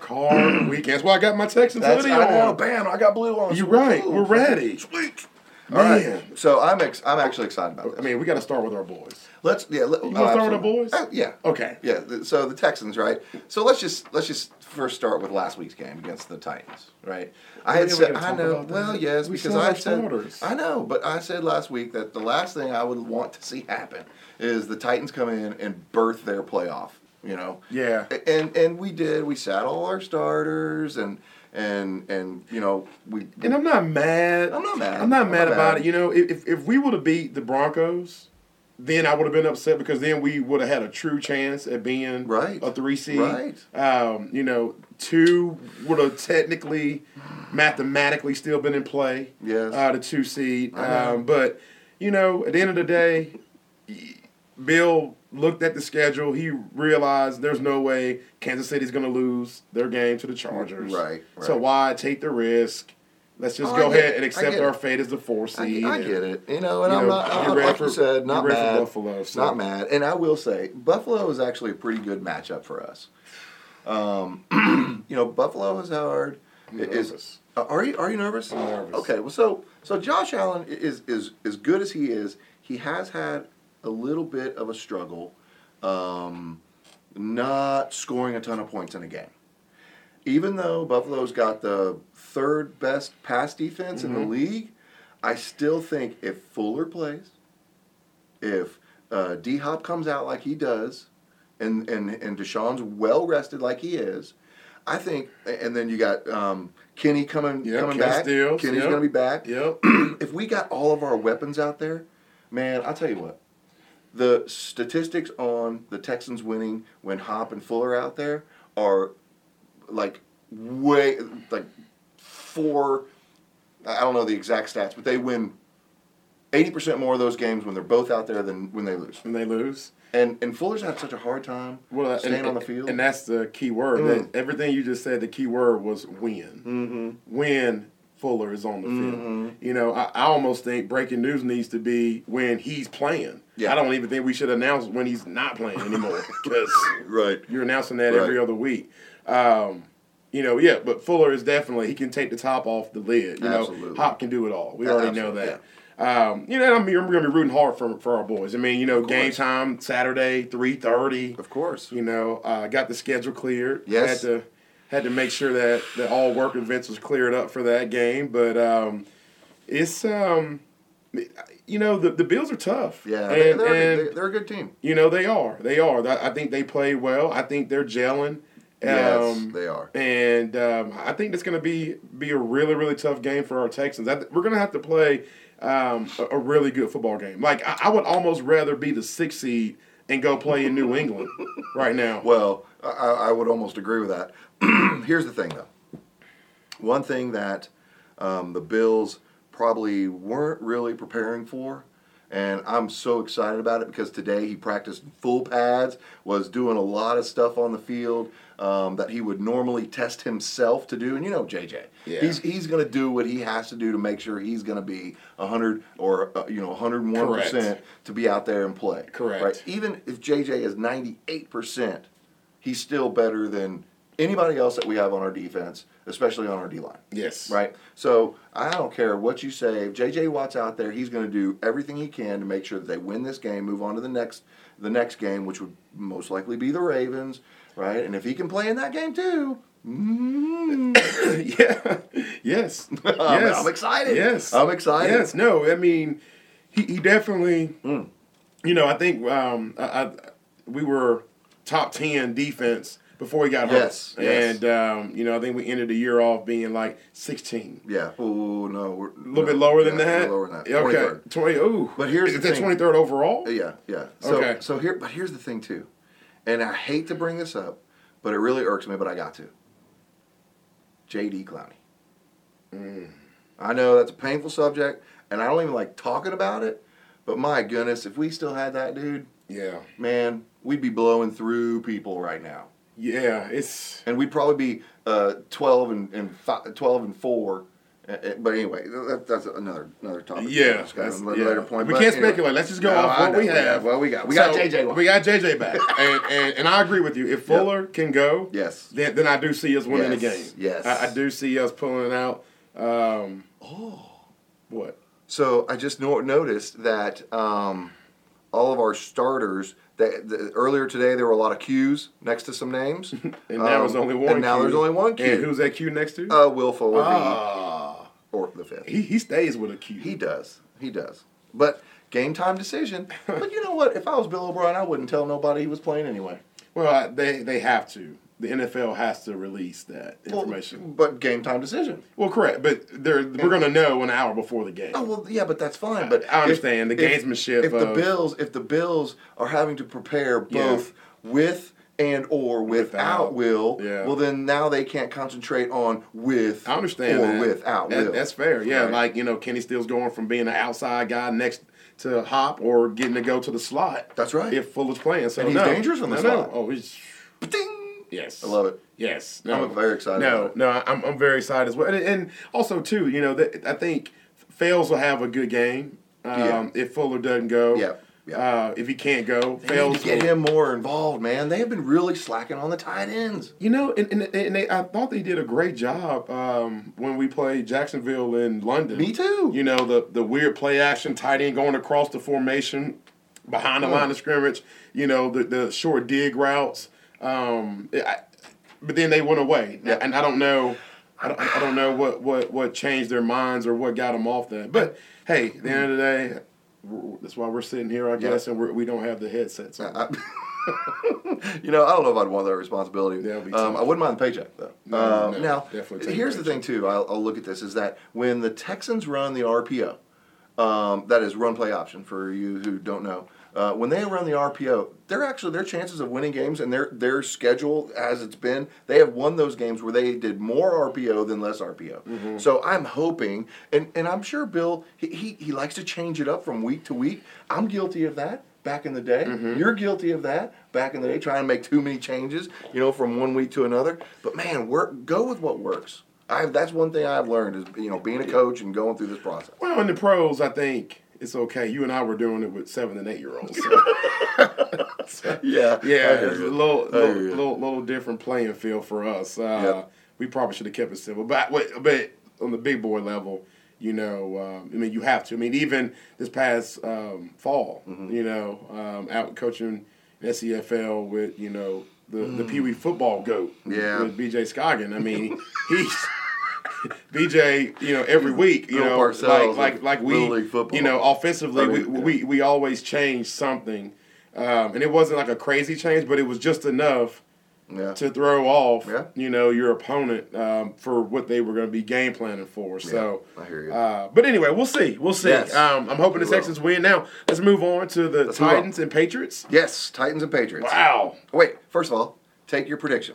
[SPEAKER 2] card weekend. That's why I got my Texans
[SPEAKER 1] That's I
[SPEAKER 2] hoodie on.
[SPEAKER 1] know. Bam! I got blue on.
[SPEAKER 2] You're
[SPEAKER 1] Sweet.
[SPEAKER 2] right. We're ready.
[SPEAKER 1] Sweet. All right.
[SPEAKER 2] Man.
[SPEAKER 1] So I'm ex- I'm actually excited about this.
[SPEAKER 2] I mean, we got to start with our boys.
[SPEAKER 1] Let's yeah. Let,
[SPEAKER 2] You gonna
[SPEAKER 1] oh,
[SPEAKER 2] start with the
[SPEAKER 1] absolutely.
[SPEAKER 2] boys?
[SPEAKER 1] Uh, yeah.
[SPEAKER 2] Okay.
[SPEAKER 1] Yeah. th- So the Texans, right? So let's just let's just first start with last week's game against the Titans, right? I
[SPEAKER 2] Really,
[SPEAKER 1] had
[SPEAKER 2] we
[SPEAKER 1] said
[SPEAKER 2] gotta
[SPEAKER 1] I
[SPEAKER 2] talk
[SPEAKER 1] know.
[SPEAKER 2] about that?
[SPEAKER 1] Well, yes,
[SPEAKER 2] We
[SPEAKER 1] because
[SPEAKER 2] still
[SPEAKER 1] I
[SPEAKER 2] have
[SPEAKER 1] said
[SPEAKER 2] starters.
[SPEAKER 1] I know, but I said last week that the last thing I would want to see happen is the Titans come in and birth their playoff. You know.
[SPEAKER 2] Yeah.
[SPEAKER 1] A- And and we did. We sat all our starters and and and you know we.
[SPEAKER 2] And I'm not mad.
[SPEAKER 1] I'm not mad.
[SPEAKER 2] I'm not
[SPEAKER 1] I'm
[SPEAKER 2] mad
[SPEAKER 1] not
[SPEAKER 2] about
[SPEAKER 1] mad.
[SPEAKER 2] it. You know, if if- if we would have beat the Broncos, then I would have been upset because then we would have had a true chance at being
[SPEAKER 1] Right.
[SPEAKER 2] a three seed.
[SPEAKER 1] Right.
[SPEAKER 2] Um, you know, two would have technically, mathematically, still been in play.
[SPEAKER 1] Yes.
[SPEAKER 2] Uh, the two seed.
[SPEAKER 1] I know.
[SPEAKER 2] Um, but you know, at the end of the day, Bill looked at the schedule. He realized there's no way Kansas City's going to lose their game to the Chargers.
[SPEAKER 1] Right, right.
[SPEAKER 2] So why take the risk? Let's just
[SPEAKER 1] Oh,
[SPEAKER 2] go
[SPEAKER 1] I get
[SPEAKER 2] ahead
[SPEAKER 1] it.
[SPEAKER 2] and
[SPEAKER 1] I
[SPEAKER 2] accept
[SPEAKER 1] get
[SPEAKER 2] our
[SPEAKER 1] it.
[SPEAKER 2] fate as the four
[SPEAKER 1] I,
[SPEAKER 2] seed.
[SPEAKER 1] I
[SPEAKER 2] and-
[SPEAKER 1] get it, you know, and
[SPEAKER 2] you
[SPEAKER 1] I'm
[SPEAKER 2] know,
[SPEAKER 1] not
[SPEAKER 2] you
[SPEAKER 1] I,
[SPEAKER 2] read
[SPEAKER 1] like
[SPEAKER 2] for-
[SPEAKER 1] you said, not
[SPEAKER 2] you read for
[SPEAKER 1] mad,
[SPEAKER 2] Buffalo, so-
[SPEAKER 1] not mad. And I will say, Buffalo is actually a pretty good matchup for us. Um, you know, Buffalo is hard. It is-
[SPEAKER 2] nervous.
[SPEAKER 1] Uh, are you are you nervous?
[SPEAKER 2] I'm nervous.
[SPEAKER 1] Okay, well, so so Josh Allen i- is is as good as he is. He has had a little bit of a struggle, um, not scoring a ton of points in a game even though Buffalo's got the third best pass defense
[SPEAKER 2] Mm-hmm.
[SPEAKER 1] in the league, I still think if Fuller plays, if uh, D Hop comes out like he does, and and and Deshaun's well rested like he is. I think, and then you got um, Kenny coming
[SPEAKER 2] Yeah,
[SPEAKER 1] coming
[SPEAKER 2] Kenny
[SPEAKER 1] back.
[SPEAKER 2] Stills,
[SPEAKER 1] Kenny's
[SPEAKER 2] yeah.
[SPEAKER 1] going to be back.
[SPEAKER 2] Yep.
[SPEAKER 1] if we got all of our weapons out there, man, I'll tell you what. The statistics on the Texans winning when Hop and Fuller out there are like way like four I don't know the exact stats, but they win 80% more of those games when they're both out there than when they lose.
[SPEAKER 2] When they lose.
[SPEAKER 1] And and Fuller's had such a hard time
[SPEAKER 2] Well,
[SPEAKER 1] staying
[SPEAKER 2] and,
[SPEAKER 1] on the field.
[SPEAKER 2] and that's the key word.
[SPEAKER 1] Mm.
[SPEAKER 2] That everything you just said, the key word was when. Mm-hmm. When Fuller is on the
[SPEAKER 1] Mm-hmm.
[SPEAKER 2] field, you know, I, I almost think breaking news needs to be when he's playing.
[SPEAKER 1] Yeah.
[SPEAKER 2] I don't even think we should announce when he's not playing anymore because
[SPEAKER 1] right.
[SPEAKER 2] you're announcing that every
[SPEAKER 1] Right.
[SPEAKER 2] other week. Um, you know, yeah, but Fuller is definitely he can take the top off the lid. You know,
[SPEAKER 1] Absolutely.
[SPEAKER 2] Hop can do it all. We already know
[SPEAKER 1] Absolutely,
[SPEAKER 2] that. Um, you know, and I'm, I'm gonna be rooting hard for for our boys. I mean, you know, game
[SPEAKER 1] course.
[SPEAKER 2] time Saturday, three thirty.
[SPEAKER 1] Of course.
[SPEAKER 2] You know, uh, got the schedule cleared.
[SPEAKER 1] Yes.
[SPEAKER 2] Had to had to make sure that, that all work events was cleared up for that game. But um, it's um, you know, the, the Bills are tough.
[SPEAKER 1] Yeah,
[SPEAKER 2] And,
[SPEAKER 1] they- they're,
[SPEAKER 2] and, um,
[SPEAKER 1] they're, they're a good team.
[SPEAKER 2] you know, they are. They are. I I think they play well. I think they're gelling.
[SPEAKER 1] Yes,
[SPEAKER 2] Um,
[SPEAKER 1] they are.
[SPEAKER 2] and um, I think it's going to be be a really really tough game for our Texans. I th- we're going to have to play um, a, a really good football game. Like I, I would almost rather be the sixth seed and go play in New England right now.
[SPEAKER 1] Well, I, I would almost agree with that. Here's the thing, though. One thing that um, the Bills probably weren't really preparing for, and I'm so excited about it because today he practiced in full pads, was doing a lot of stuff on the field um, that he would normally test himself to do. And you know, JJ,
[SPEAKER 2] Yeah.
[SPEAKER 1] he's he's going to do what he has to do to make sure he's going to be 100 or uh, you know 101 percent
[SPEAKER 2] Correct.
[SPEAKER 1] to be out there and play.
[SPEAKER 2] Correct.
[SPEAKER 1] Right? Even if JJ is 98 percent he's still better than anybody else that we have on our defense, especially on our D line.
[SPEAKER 2] yes,
[SPEAKER 1] Right? So I don't care what you say. If JJ Watt's out there, he's going to do everything he can to make sure that they win this game, move on to the next the next game, which would most likely be the Ravens, right? And if he can play in that game too, mm-hmm.
[SPEAKER 2] yeah, yes,
[SPEAKER 1] I'm-
[SPEAKER 2] yes.
[SPEAKER 1] I'm excited.
[SPEAKER 2] Yes,
[SPEAKER 1] I'm excited. Mm.
[SPEAKER 2] Yes, no, I mean, he, he definitely. You know, I think um, I, I, we were top ten defense before he got hurt.
[SPEAKER 1] Yes, yes.
[SPEAKER 2] and um, you know, I think we ended the year off being like sixteen.
[SPEAKER 1] yeah. Oh no, we're
[SPEAKER 2] A little bit lower than that.
[SPEAKER 1] Lower than that.
[SPEAKER 2] Yeah, Okay,
[SPEAKER 1] 23rd.
[SPEAKER 2] twenty. Ooh,
[SPEAKER 1] But here's
[SPEAKER 2] is
[SPEAKER 1] the
[SPEAKER 2] that
[SPEAKER 1] thing.
[SPEAKER 2] twenty third overall.
[SPEAKER 1] Yeah, yeah. So,
[SPEAKER 2] Okay.
[SPEAKER 1] So here, but here's the thing too, and I hate to bring this up, but it really irks me, but I got to. J.D. Clowney. Mm. I know that's a painful subject, and I don't even like talking about it, but my goodness, if we still had that dude,
[SPEAKER 2] Yeah,
[SPEAKER 1] man, we'd be blowing through people right now,
[SPEAKER 2] yeah. It's
[SPEAKER 1] and we'd probably be uh, twelve and and fi- twelve and four. Uh, uh, But anyway, that, that's another another topic.
[SPEAKER 2] yeah.
[SPEAKER 1] It's got a
[SPEAKER 2] that's-
[SPEAKER 1] later
[SPEAKER 2] yeah.
[SPEAKER 1] point,
[SPEAKER 2] We
[SPEAKER 1] but
[SPEAKER 2] can't
[SPEAKER 1] anyway.
[SPEAKER 2] speculate. Let's just go
[SPEAKER 1] No,
[SPEAKER 2] off
[SPEAKER 1] I
[SPEAKER 2] what
[SPEAKER 1] know.
[SPEAKER 2] we have.
[SPEAKER 1] What we got? We got
[SPEAKER 2] So,
[SPEAKER 1] JJ. Watt.
[SPEAKER 2] We got JJ back, and, and and I agree with you. If Fuller can go,
[SPEAKER 1] Yes.
[SPEAKER 2] then, then I do see us winning the game.
[SPEAKER 1] Yes, yes.
[SPEAKER 2] I, I do see us pulling it out. Um, oh, what?
[SPEAKER 1] So I just no- noticed that um, all of our starters. That the, earlier today there were a lot of Q's next to some names, and
[SPEAKER 2] And now there's only one.
[SPEAKER 1] Um, And now
[SPEAKER 2] Q.
[SPEAKER 1] there's only one Q.
[SPEAKER 2] And who's that Q next to?
[SPEAKER 1] uh, Will Fuller, the-
[SPEAKER 2] Ah.
[SPEAKER 1] or the fifth.
[SPEAKER 2] he he stays with a Q.
[SPEAKER 1] He does. He does. But game time decision. but you know what? If I was Bill O'Brien, I wouldn't tell nobody he was playing anyway.
[SPEAKER 2] well, I, they they have to. The NFL has to release that
[SPEAKER 1] Well,
[SPEAKER 2] information.
[SPEAKER 1] but game time decision.
[SPEAKER 2] Well, correct, but they're, we're going to know an hour before the game.
[SPEAKER 1] Oh well, yeah, but that's fine. But
[SPEAKER 2] I understand the gamesmanship
[SPEAKER 1] If, the
[SPEAKER 2] of-
[SPEAKER 1] Bills, if the Bills are having to prepare
[SPEAKER 2] Yeah.
[SPEAKER 1] both with and or without,
[SPEAKER 2] Without.
[SPEAKER 1] will,
[SPEAKER 2] Yeah.
[SPEAKER 1] well then now they can't concentrate on with.
[SPEAKER 2] I understand
[SPEAKER 1] or
[SPEAKER 2] that.
[SPEAKER 1] without
[SPEAKER 2] That-
[SPEAKER 1] will.
[SPEAKER 2] That's fair. Yeah,
[SPEAKER 1] Right.
[SPEAKER 2] like you know, Kenny Stills going from being an outside guy next to Hop or getting to go to the slot.
[SPEAKER 1] That's right.
[SPEAKER 2] If Fuller's playing, so
[SPEAKER 1] And he's
[SPEAKER 2] no.
[SPEAKER 1] dangerous on the
[SPEAKER 2] no,
[SPEAKER 1] slot.
[SPEAKER 2] No. Oh, he's
[SPEAKER 1] Ding!
[SPEAKER 2] yes.
[SPEAKER 1] I love it.
[SPEAKER 2] Yes. No.
[SPEAKER 1] I'm very excited
[SPEAKER 2] No,
[SPEAKER 1] about it.
[SPEAKER 2] no, I'm, I'm very excited as well. And, and also too, you know, that I think Fails will have a good game. Um,
[SPEAKER 1] Yeah.
[SPEAKER 2] If Fuller doesn't go,
[SPEAKER 1] Yeah, yeah.
[SPEAKER 2] Uh, if he can't go,
[SPEAKER 1] They need
[SPEAKER 2] Fails
[SPEAKER 1] to get
[SPEAKER 2] will-
[SPEAKER 1] him more involved, man. They have been really slacking on the tight ends.
[SPEAKER 2] You know, and, and, and they, I thought they did a great job um, when we played Jacksonville in London.
[SPEAKER 1] Me too.
[SPEAKER 2] You know, the, the weird play action tight end going across the formation behind the line of scrimmage, you know, the, the short dig routes. Um, I, but then they went away.
[SPEAKER 1] Yeah.
[SPEAKER 2] And I don't know. I don't, I don't know what, what, what changed their minds or what got them off that. But hey, at the end of the day, we're- that's why we're sitting here, I guess, and we're, we don't have the headsets. On.
[SPEAKER 1] I- you know, I don't know if I'd want that responsibility.
[SPEAKER 2] Yeah, me
[SPEAKER 1] um,
[SPEAKER 2] too.
[SPEAKER 1] I wouldn't mind the paycheck though.
[SPEAKER 2] No,
[SPEAKER 1] um,
[SPEAKER 2] no,
[SPEAKER 1] now,
[SPEAKER 2] definitely take
[SPEAKER 1] here's the
[SPEAKER 2] the
[SPEAKER 1] thing too. I'll, I'll look at this is that when the Texans run the RPO, um, that is run play option for you who don't know. Uh, when they run the RPO, they're actually their chances of winning games and their their schedule as it's been, they have won those games where they did more RPO than less RPO. So I'm hoping, and, and I'm sure Bill he, he he likes to change it up from week to week. I'm guilty of that back in the day. You're guilty of that back in the day, trying to make too many changes, you know, from one week to another. But man, work go with what works. I that's one thing I've learned is you know being a coach and going through this process.
[SPEAKER 2] Well, in the pros, I think it's okay. You and I were doing it with seven and eight year olds. so-
[SPEAKER 1] Yeah,
[SPEAKER 2] yeah, it's a little,
[SPEAKER 1] I
[SPEAKER 2] little,
[SPEAKER 1] hear you.
[SPEAKER 2] little, little different playing field for us. Uh,
[SPEAKER 1] Yep.
[SPEAKER 2] We probably should have kept it simple, but but- but on the big boy level, you know, um, I mean, you have to. I mean, even this past um, fall,
[SPEAKER 1] Mm-hmm.
[SPEAKER 2] you know, um, out coaching in SEFL with you know the the Pee Wee football goat,
[SPEAKER 1] Mm. Yeah.
[SPEAKER 2] with BJ Scoggin. I mean, he's. BJ, you know, every week, you
[SPEAKER 1] Bill
[SPEAKER 2] know,
[SPEAKER 1] Parcells
[SPEAKER 2] like like like
[SPEAKER 1] of
[SPEAKER 2] we,
[SPEAKER 1] Little League football.
[SPEAKER 2] you know, offensively,
[SPEAKER 1] I mean,
[SPEAKER 2] we,
[SPEAKER 1] yeah.
[SPEAKER 2] we we always change something, um, and it wasn't like a crazy change, but it was just enough
[SPEAKER 1] yeah.
[SPEAKER 2] to throw off,
[SPEAKER 1] Yeah.
[SPEAKER 2] you know, your opponent um, for what they were going to be game planning for. So,
[SPEAKER 1] I hear you.
[SPEAKER 2] Uh, but anyway, we'll see. We'll see.
[SPEAKER 1] Yes.
[SPEAKER 2] Um, I'm hoping the
[SPEAKER 1] We will.
[SPEAKER 2] Texans win. Now, let's move on to the
[SPEAKER 1] move on.
[SPEAKER 2] Titans and Patriots.
[SPEAKER 1] Yes, Titans and Patriots.
[SPEAKER 2] Wow.
[SPEAKER 1] Wait, first of all, take your prediction.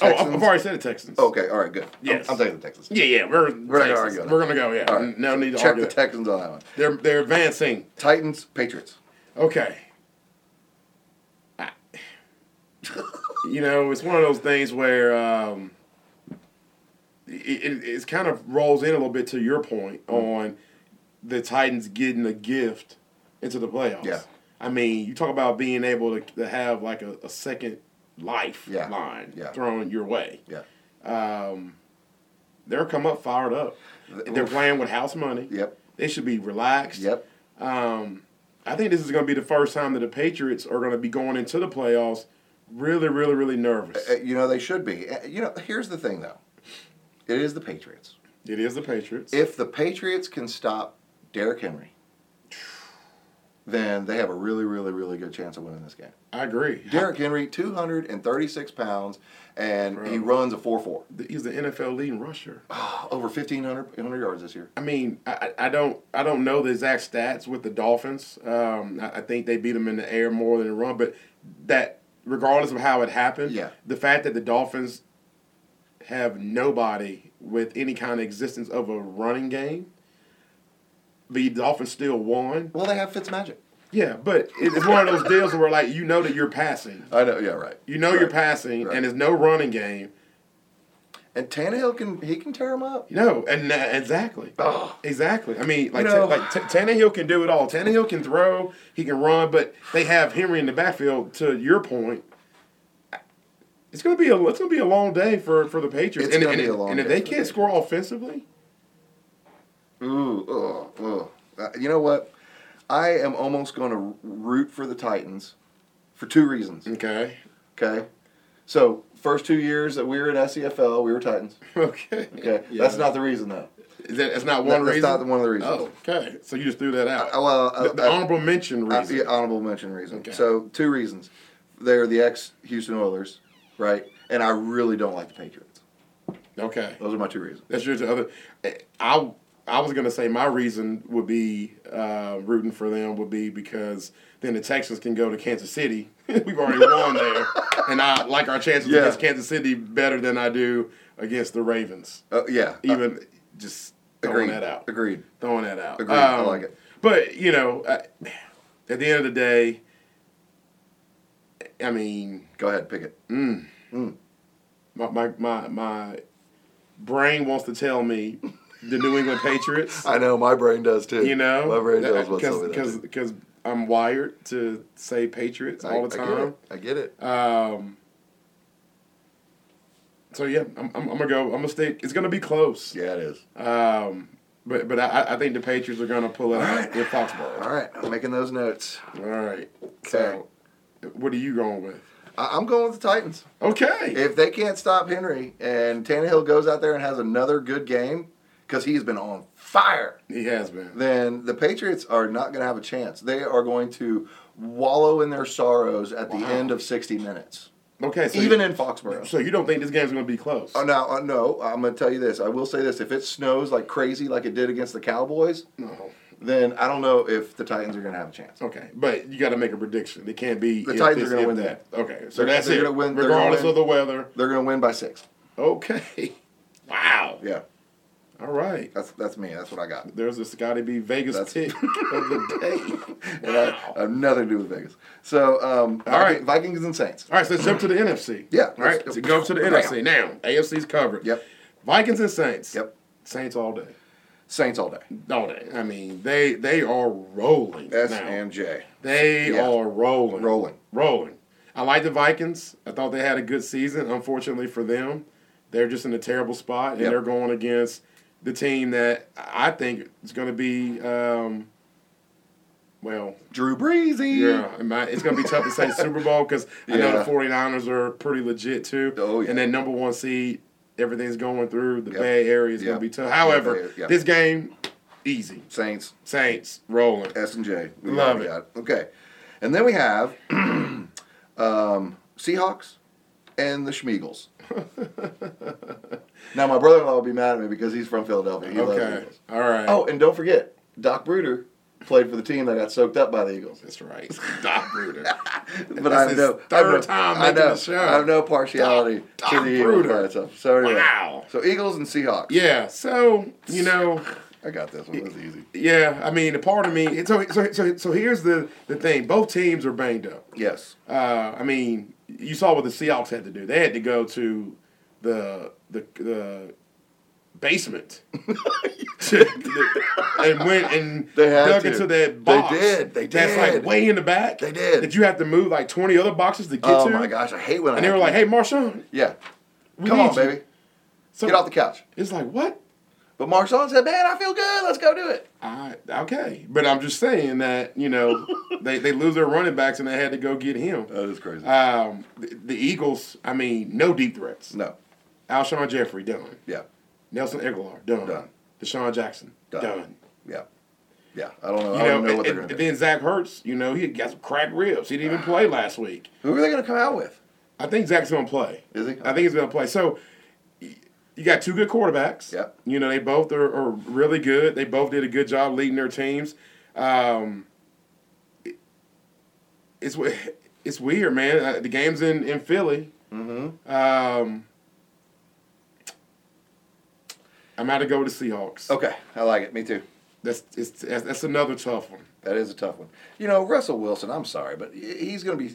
[SPEAKER 2] Oh,
[SPEAKER 1] Texans.
[SPEAKER 2] I've- I've already said the Texans.
[SPEAKER 1] Okay, all right, good. I'm-
[SPEAKER 2] Yes.
[SPEAKER 1] I'm, taking the Texans.
[SPEAKER 2] Yeah, yeah,
[SPEAKER 1] We're not
[SPEAKER 2] we're
[SPEAKER 1] gonna
[SPEAKER 2] Texans.
[SPEAKER 1] argue on
[SPEAKER 2] We're
[SPEAKER 1] that.
[SPEAKER 2] gonna go. Yeah,
[SPEAKER 1] All right.
[SPEAKER 2] no need to
[SPEAKER 1] Check
[SPEAKER 2] argue.
[SPEAKER 1] the Texans on that one.
[SPEAKER 2] they're they're advancing.
[SPEAKER 1] Titans, Patriots.
[SPEAKER 2] Okay. I- you know, it's one of those things where um, it, it, it kind of rolls in a little bit to your point
[SPEAKER 1] Mm-hmm.
[SPEAKER 2] on the Titans getting a gift into the playoffs.
[SPEAKER 1] Yeah.
[SPEAKER 2] I mean, you talk about being able to, to have like a, a second life
[SPEAKER 1] Yeah.
[SPEAKER 2] line
[SPEAKER 1] Yeah.
[SPEAKER 2] thrown your way.
[SPEAKER 1] Yeah.
[SPEAKER 2] Um, they're come up fired up. They're playing with house money.
[SPEAKER 1] Yep.
[SPEAKER 2] They should be relaxed.
[SPEAKER 1] Yep.
[SPEAKER 2] Um, I think this is going to be the first time that the Patriots are going to be going into the playoffs really, really, really nervous.
[SPEAKER 1] Uh, You know they should be. Uh, You know, here's the thing though. It is the Patriots.
[SPEAKER 2] It is the Patriots.
[SPEAKER 1] If the Patriots can stop Derrick Henry, then they have a really, really, really good chance of winning this game.
[SPEAKER 2] I agree.
[SPEAKER 1] Derrick Henry, 236 pounds, and he runs a 4 4.
[SPEAKER 2] He's the NFL leading rusher.
[SPEAKER 1] Over 1,500 100 yards this year.
[SPEAKER 2] I mean, I, I I don't I don't know the exact stats with the Dolphins. Um, I, I think they beat them in the air more than the run, but that regardless of how it happened,
[SPEAKER 1] Yeah.
[SPEAKER 2] the fact that the Dolphins have nobody with any kind of existence of a running game, the Dolphins still won.
[SPEAKER 1] Well, they have Fitzmagic.
[SPEAKER 2] Yeah, but it's one of those deals where like you know that you're passing,
[SPEAKER 1] I know, yeah, right.
[SPEAKER 2] you know
[SPEAKER 1] Right.
[SPEAKER 2] you're passing,
[SPEAKER 1] Right.
[SPEAKER 2] and there's no running game.
[SPEAKER 1] And Tannehill can he can tear him up.
[SPEAKER 2] No, and uh, exactly,
[SPEAKER 1] Oh.
[SPEAKER 2] exactly. I mean, like
[SPEAKER 1] You know-
[SPEAKER 2] t- like t- Tannehill can do it all. Tannehill can throw, he can run, but they have Henry in the backfield. To your point, it's gonna be a it's gonna be a long day for for the Patriots.
[SPEAKER 1] It's
[SPEAKER 2] and,
[SPEAKER 1] gonna
[SPEAKER 2] and-
[SPEAKER 1] be a long
[SPEAKER 2] and if
[SPEAKER 1] day
[SPEAKER 2] they
[SPEAKER 1] for the
[SPEAKER 2] can't score offensively,
[SPEAKER 1] Ooh, oh, oh. Uh, you know what? I am almost going to root for the Titans for two reasons.
[SPEAKER 2] okay,
[SPEAKER 1] Okay, so first two years that we were in SEFL, we were Titans.
[SPEAKER 2] okay,
[SPEAKER 1] Okay,
[SPEAKER 2] Yeah.
[SPEAKER 1] that's not the reason though.
[SPEAKER 2] Is that, that's not
[SPEAKER 1] That-
[SPEAKER 2] one
[SPEAKER 1] that's
[SPEAKER 2] reason.
[SPEAKER 1] not the- one of the reasons.
[SPEAKER 2] Oh, okay. So you just threw that out.
[SPEAKER 1] Uh, well,
[SPEAKER 2] the, the
[SPEAKER 1] uh,
[SPEAKER 2] honorable mention
[SPEAKER 1] I
[SPEAKER 2] reason.
[SPEAKER 1] see honorable mention reason.
[SPEAKER 2] Okay.
[SPEAKER 1] So two reasons. They're the ex Houston Oilers, right? And I really don't like the Patriots.
[SPEAKER 2] okay.
[SPEAKER 1] Those are my two reasons.
[SPEAKER 2] That's your other. eh, I I was gonna say my reason would be uh, rooting for them would be because then the Texans can go to Kansas City. We've already won there, and I like our chances
[SPEAKER 1] Yeah.
[SPEAKER 2] against Kansas City better than I do against the Ravens.
[SPEAKER 1] Uh, yeah, uh,
[SPEAKER 2] Even just throwing
[SPEAKER 1] agreed.
[SPEAKER 2] that out,
[SPEAKER 1] Agreed.
[SPEAKER 2] throwing that out. Um,
[SPEAKER 1] Agreed. I like it.
[SPEAKER 2] But you know, I, at the end of the day, I mean,
[SPEAKER 1] Go ahead, pick it.
[SPEAKER 2] my my my, my brain wants to tell me the New England Patriots.
[SPEAKER 1] I know my brain does too.
[SPEAKER 2] You know,
[SPEAKER 1] my brain does what's over that.
[SPEAKER 2] because
[SPEAKER 1] too.
[SPEAKER 2] because I'm wired to say Patriots
[SPEAKER 1] I-
[SPEAKER 2] all the
[SPEAKER 1] I get
[SPEAKER 2] time.
[SPEAKER 1] it. I get it.
[SPEAKER 2] Um, so yeah, I'm, I'm, I'm gonna go. I'm gonna stick. It's gonna be close.
[SPEAKER 1] yeah, it is.
[SPEAKER 2] Um, but but I, I think the Patriots are gonna pull it out
[SPEAKER 1] right.
[SPEAKER 2] in Foxborough.
[SPEAKER 1] All right, I'm making those notes.
[SPEAKER 2] All right. So, what are you going with?
[SPEAKER 1] I- I'm going with the Titans.
[SPEAKER 2] Okay.
[SPEAKER 1] If they can't stop Henry and Tannehill goes out there and has another good game, because he has been on fire
[SPEAKER 2] He has been.
[SPEAKER 1] then the Patriots are not going to have a chance. They are going to wallow in their sorrows at the end of 60 minutes,
[SPEAKER 2] Okay, so
[SPEAKER 1] even
[SPEAKER 2] you,
[SPEAKER 1] in Foxborough.
[SPEAKER 2] so you don't think this game's going to be close?
[SPEAKER 1] Oh, now, uh, no, I'm going to tell you this. I will say this. If it snows like crazy, like it did against the Cowboys,
[SPEAKER 2] no.
[SPEAKER 1] then I don't know if the Titans are going to have a chance.
[SPEAKER 2] Okay, but you got to make a prediction. It can't be
[SPEAKER 1] The
[SPEAKER 2] if
[SPEAKER 1] Titans
[SPEAKER 2] this,
[SPEAKER 1] are gonna
[SPEAKER 2] if
[SPEAKER 1] win
[SPEAKER 2] that. Okay, so
[SPEAKER 1] They're-
[SPEAKER 2] that's
[SPEAKER 1] they're
[SPEAKER 2] it.
[SPEAKER 1] gonna win- they're gonna
[SPEAKER 2] Regardless
[SPEAKER 1] win.
[SPEAKER 2] of the weather.
[SPEAKER 1] They're going to win by six.
[SPEAKER 2] Okay. Wow.
[SPEAKER 1] Yeah,
[SPEAKER 2] All right.
[SPEAKER 1] that's that's me. That's what I got.
[SPEAKER 2] There's a Scotty B Vegas
[SPEAKER 1] That's-
[SPEAKER 2] pick of the day.
[SPEAKER 1] And I, I have nothing to do with Vegas. So, um,
[SPEAKER 2] All right.
[SPEAKER 1] Vikings and Saints.
[SPEAKER 2] All right, so let's jump to the NFC.
[SPEAKER 1] Yeah,
[SPEAKER 2] All right,
[SPEAKER 1] let's-
[SPEAKER 2] so go to the
[SPEAKER 1] Bam.
[SPEAKER 2] NFC now. AFC's covered.
[SPEAKER 1] Yep.
[SPEAKER 2] Vikings and Saints.
[SPEAKER 1] Yep.
[SPEAKER 2] Saints all day.
[SPEAKER 1] Saints all day.
[SPEAKER 2] All day. I mean, they they are rolling
[SPEAKER 1] S
[SPEAKER 2] now.
[SPEAKER 1] and J.
[SPEAKER 2] They
[SPEAKER 1] Yeah.
[SPEAKER 2] are rolling.
[SPEAKER 1] Rolling.
[SPEAKER 2] Rolling. I like the Vikings. I thought they had a good season. Unfortunately for them, they're just in a terrible spot, and
[SPEAKER 1] Yep.
[SPEAKER 2] they're going against the team that I think is going to be, um, well,
[SPEAKER 1] Drew Breezy.
[SPEAKER 2] yeah, it might- it's going to be tough to say Super Bowl because I know
[SPEAKER 1] Yeah.
[SPEAKER 2] the 49ers are pretty legit too.
[SPEAKER 1] Oh, yeah.
[SPEAKER 2] And that number one seed, everything's going through. The
[SPEAKER 1] Yep.
[SPEAKER 2] Bay Area is
[SPEAKER 1] Yep.
[SPEAKER 2] going to be tough.
[SPEAKER 1] Yeah,
[SPEAKER 2] However,
[SPEAKER 1] they- yeah.
[SPEAKER 2] this game, easy.
[SPEAKER 1] Saints.
[SPEAKER 2] Saints rolling.
[SPEAKER 1] S and J. We
[SPEAKER 2] Love
[SPEAKER 1] already
[SPEAKER 2] it.
[SPEAKER 1] got Okay, and then we have um, Seahawks and the Schmeagles. now my brother-in-law will be mad at me because he's from Philadelphia. He loves
[SPEAKER 2] Okay.
[SPEAKER 1] Eagles.
[SPEAKER 2] All right.
[SPEAKER 1] Oh, and don't forget, Doc Bruder played for the team that got soaked up by the Eagles.
[SPEAKER 2] That's right. Doc Bruder.
[SPEAKER 1] But
[SPEAKER 2] That's
[SPEAKER 1] I
[SPEAKER 2] his
[SPEAKER 1] know I
[SPEAKER 2] third
[SPEAKER 1] know-
[SPEAKER 2] time
[SPEAKER 1] I
[SPEAKER 2] making
[SPEAKER 1] know,
[SPEAKER 2] the show.
[SPEAKER 1] I have no partiality
[SPEAKER 2] Doc-
[SPEAKER 1] to
[SPEAKER 2] Doc
[SPEAKER 1] the Eagles by
[SPEAKER 2] Bruder.
[SPEAKER 1] itself. So anyway,
[SPEAKER 2] Wow.
[SPEAKER 1] so Eagles and Seahawks.
[SPEAKER 2] Yeah. So you know,
[SPEAKER 1] I got this one. That's easy.
[SPEAKER 2] yeah. I mean, a part of me. So so so, so here's the the thing. Both teams are banged up.
[SPEAKER 1] Yes.
[SPEAKER 2] Uh, I mean, you saw what the Seahawks had to do. They had to go to the the the basement to- and went and
[SPEAKER 1] They had
[SPEAKER 2] dug
[SPEAKER 1] to.
[SPEAKER 2] into
[SPEAKER 1] They
[SPEAKER 2] that box.
[SPEAKER 1] did. They
[SPEAKER 2] That's like
[SPEAKER 1] did.
[SPEAKER 2] way in the back.
[SPEAKER 1] They did.
[SPEAKER 2] That you have to move like twenty other boxes to get
[SPEAKER 1] Oh
[SPEAKER 2] to.
[SPEAKER 1] my gosh, I hate when I
[SPEAKER 2] And they
[SPEAKER 1] have
[SPEAKER 2] were
[SPEAKER 1] to-
[SPEAKER 2] like, "Hey, Marshawn,
[SPEAKER 1] yeah,
[SPEAKER 2] we
[SPEAKER 1] come
[SPEAKER 2] need
[SPEAKER 1] on,
[SPEAKER 2] you."
[SPEAKER 1] baby,
[SPEAKER 2] So
[SPEAKER 1] get off the couch."
[SPEAKER 2] It's like what?
[SPEAKER 1] But Marshawn said, "Man, I feel good. Let's go do it."
[SPEAKER 2] I, okay, but I'm just saying that you know they, they lose their running backs and they had to go get him.
[SPEAKER 1] That is crazy.
[SPEAKER 2] Um, the, the Eagles, I mean, no deep threats.
[SPEAKER 1] no.
[SPEAKER 2] Alshon Jeffrey done.
[SPEAKER 1] Yeah.
[SPEAKER 2] Nelson Aguilar done.
[SPEAKER 1] Done.
[SPEAKER 2] Deshaun Jackson
[SPEAKER 1] Done.
[SPEAKER 2] done.
[SPEAKER 1] Yeah. Yeah. I don't know.
[SPEAKER 2] You
[SPEAKER 1] I
[SPEAKER 2] know,
[SPEAKER 1] don't know what they're going
[SPEAKER 2] and,
[SPEAKER 1] to
[SPEAKER 2] and
[SPEAKER 1] do. Ah.
[SPEAKER 2] then Zach Hurts, you know, he got some cracked ribs. He didn't even play last week.
[SPEAKER 1] Who are they going to come out with?
[SPEAKER 2] I think Zach's going to play.
[SPEAKER 1] Is he?
[SPEAKER 2] I think he's going to play. So y- you got two good quarterbacks.
[SPEAKER 1] Yep.
[SPEAKER 2] You know, they both are, are really good. They both did a good job leading their teams. Um, it- it's we- it's weird, man. Uh, the game's in in Philly. Mm-hmm. Um, I'm out to go with the Seahawks.
[SPEAKER 1] Okay, I like it. Me too.
[SPEAKER 2] That's it's that's, that's another tough one.
[SPEAKER 1] That is a tough one. You know, Russell Wilson. I'm sorry, but he- he's going to be.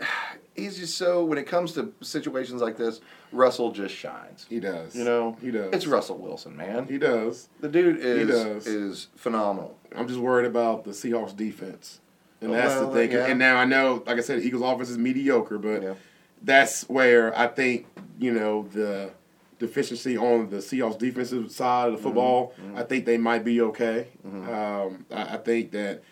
[SPEAKER 1] He's just so. When it comes to situations like this, Russell just shines.
[SPEAKER 2] He does.
[SPEAKER 1] You know,
[SPEAKER 2] He does.
[SPEAKER 1] It's Russell Wilson, man.
[SPEAKER 2] He does.
[SPEAKER 1] The dude is
[SPEAKER 2] does.
[SPEAKER 1] is phenomenal.
[SPEAKER 2] I'm just worried about the Seahawks defense. And
[SPEAKER 1] Oh,
[SPEAKER 2] that's
[SPEAKER 1] well,
[SPEAKER 2] the thing.
[SPEAKER 1] yeah.
[SPEAKER 2] And now I know, like I said, the Eagles offense is mediocre, but
[SPEAKER 1] Yeah.
[SPEAKER 2] that's where I think, you know, the deficiency on the Seahawks defensive side of the football,
[SPEAKER 1] Mm-hmm.
[SPEAKER 2] I think they might be okay. Um, I, I think that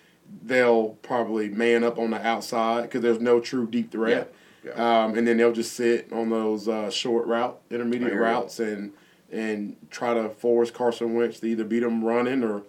[SPEAKER 2] they'll probably man up on the outside because there's no true deep threat.
[SPEAKER 1] Yeah.
[SPEAKER 2] Um, and then they'll just sit on those uh, short route, intermediate
[SPEAKER 1] hear you.
[SPEAKER 2] routes, and and try to force Carson Wentz to either beat him running or,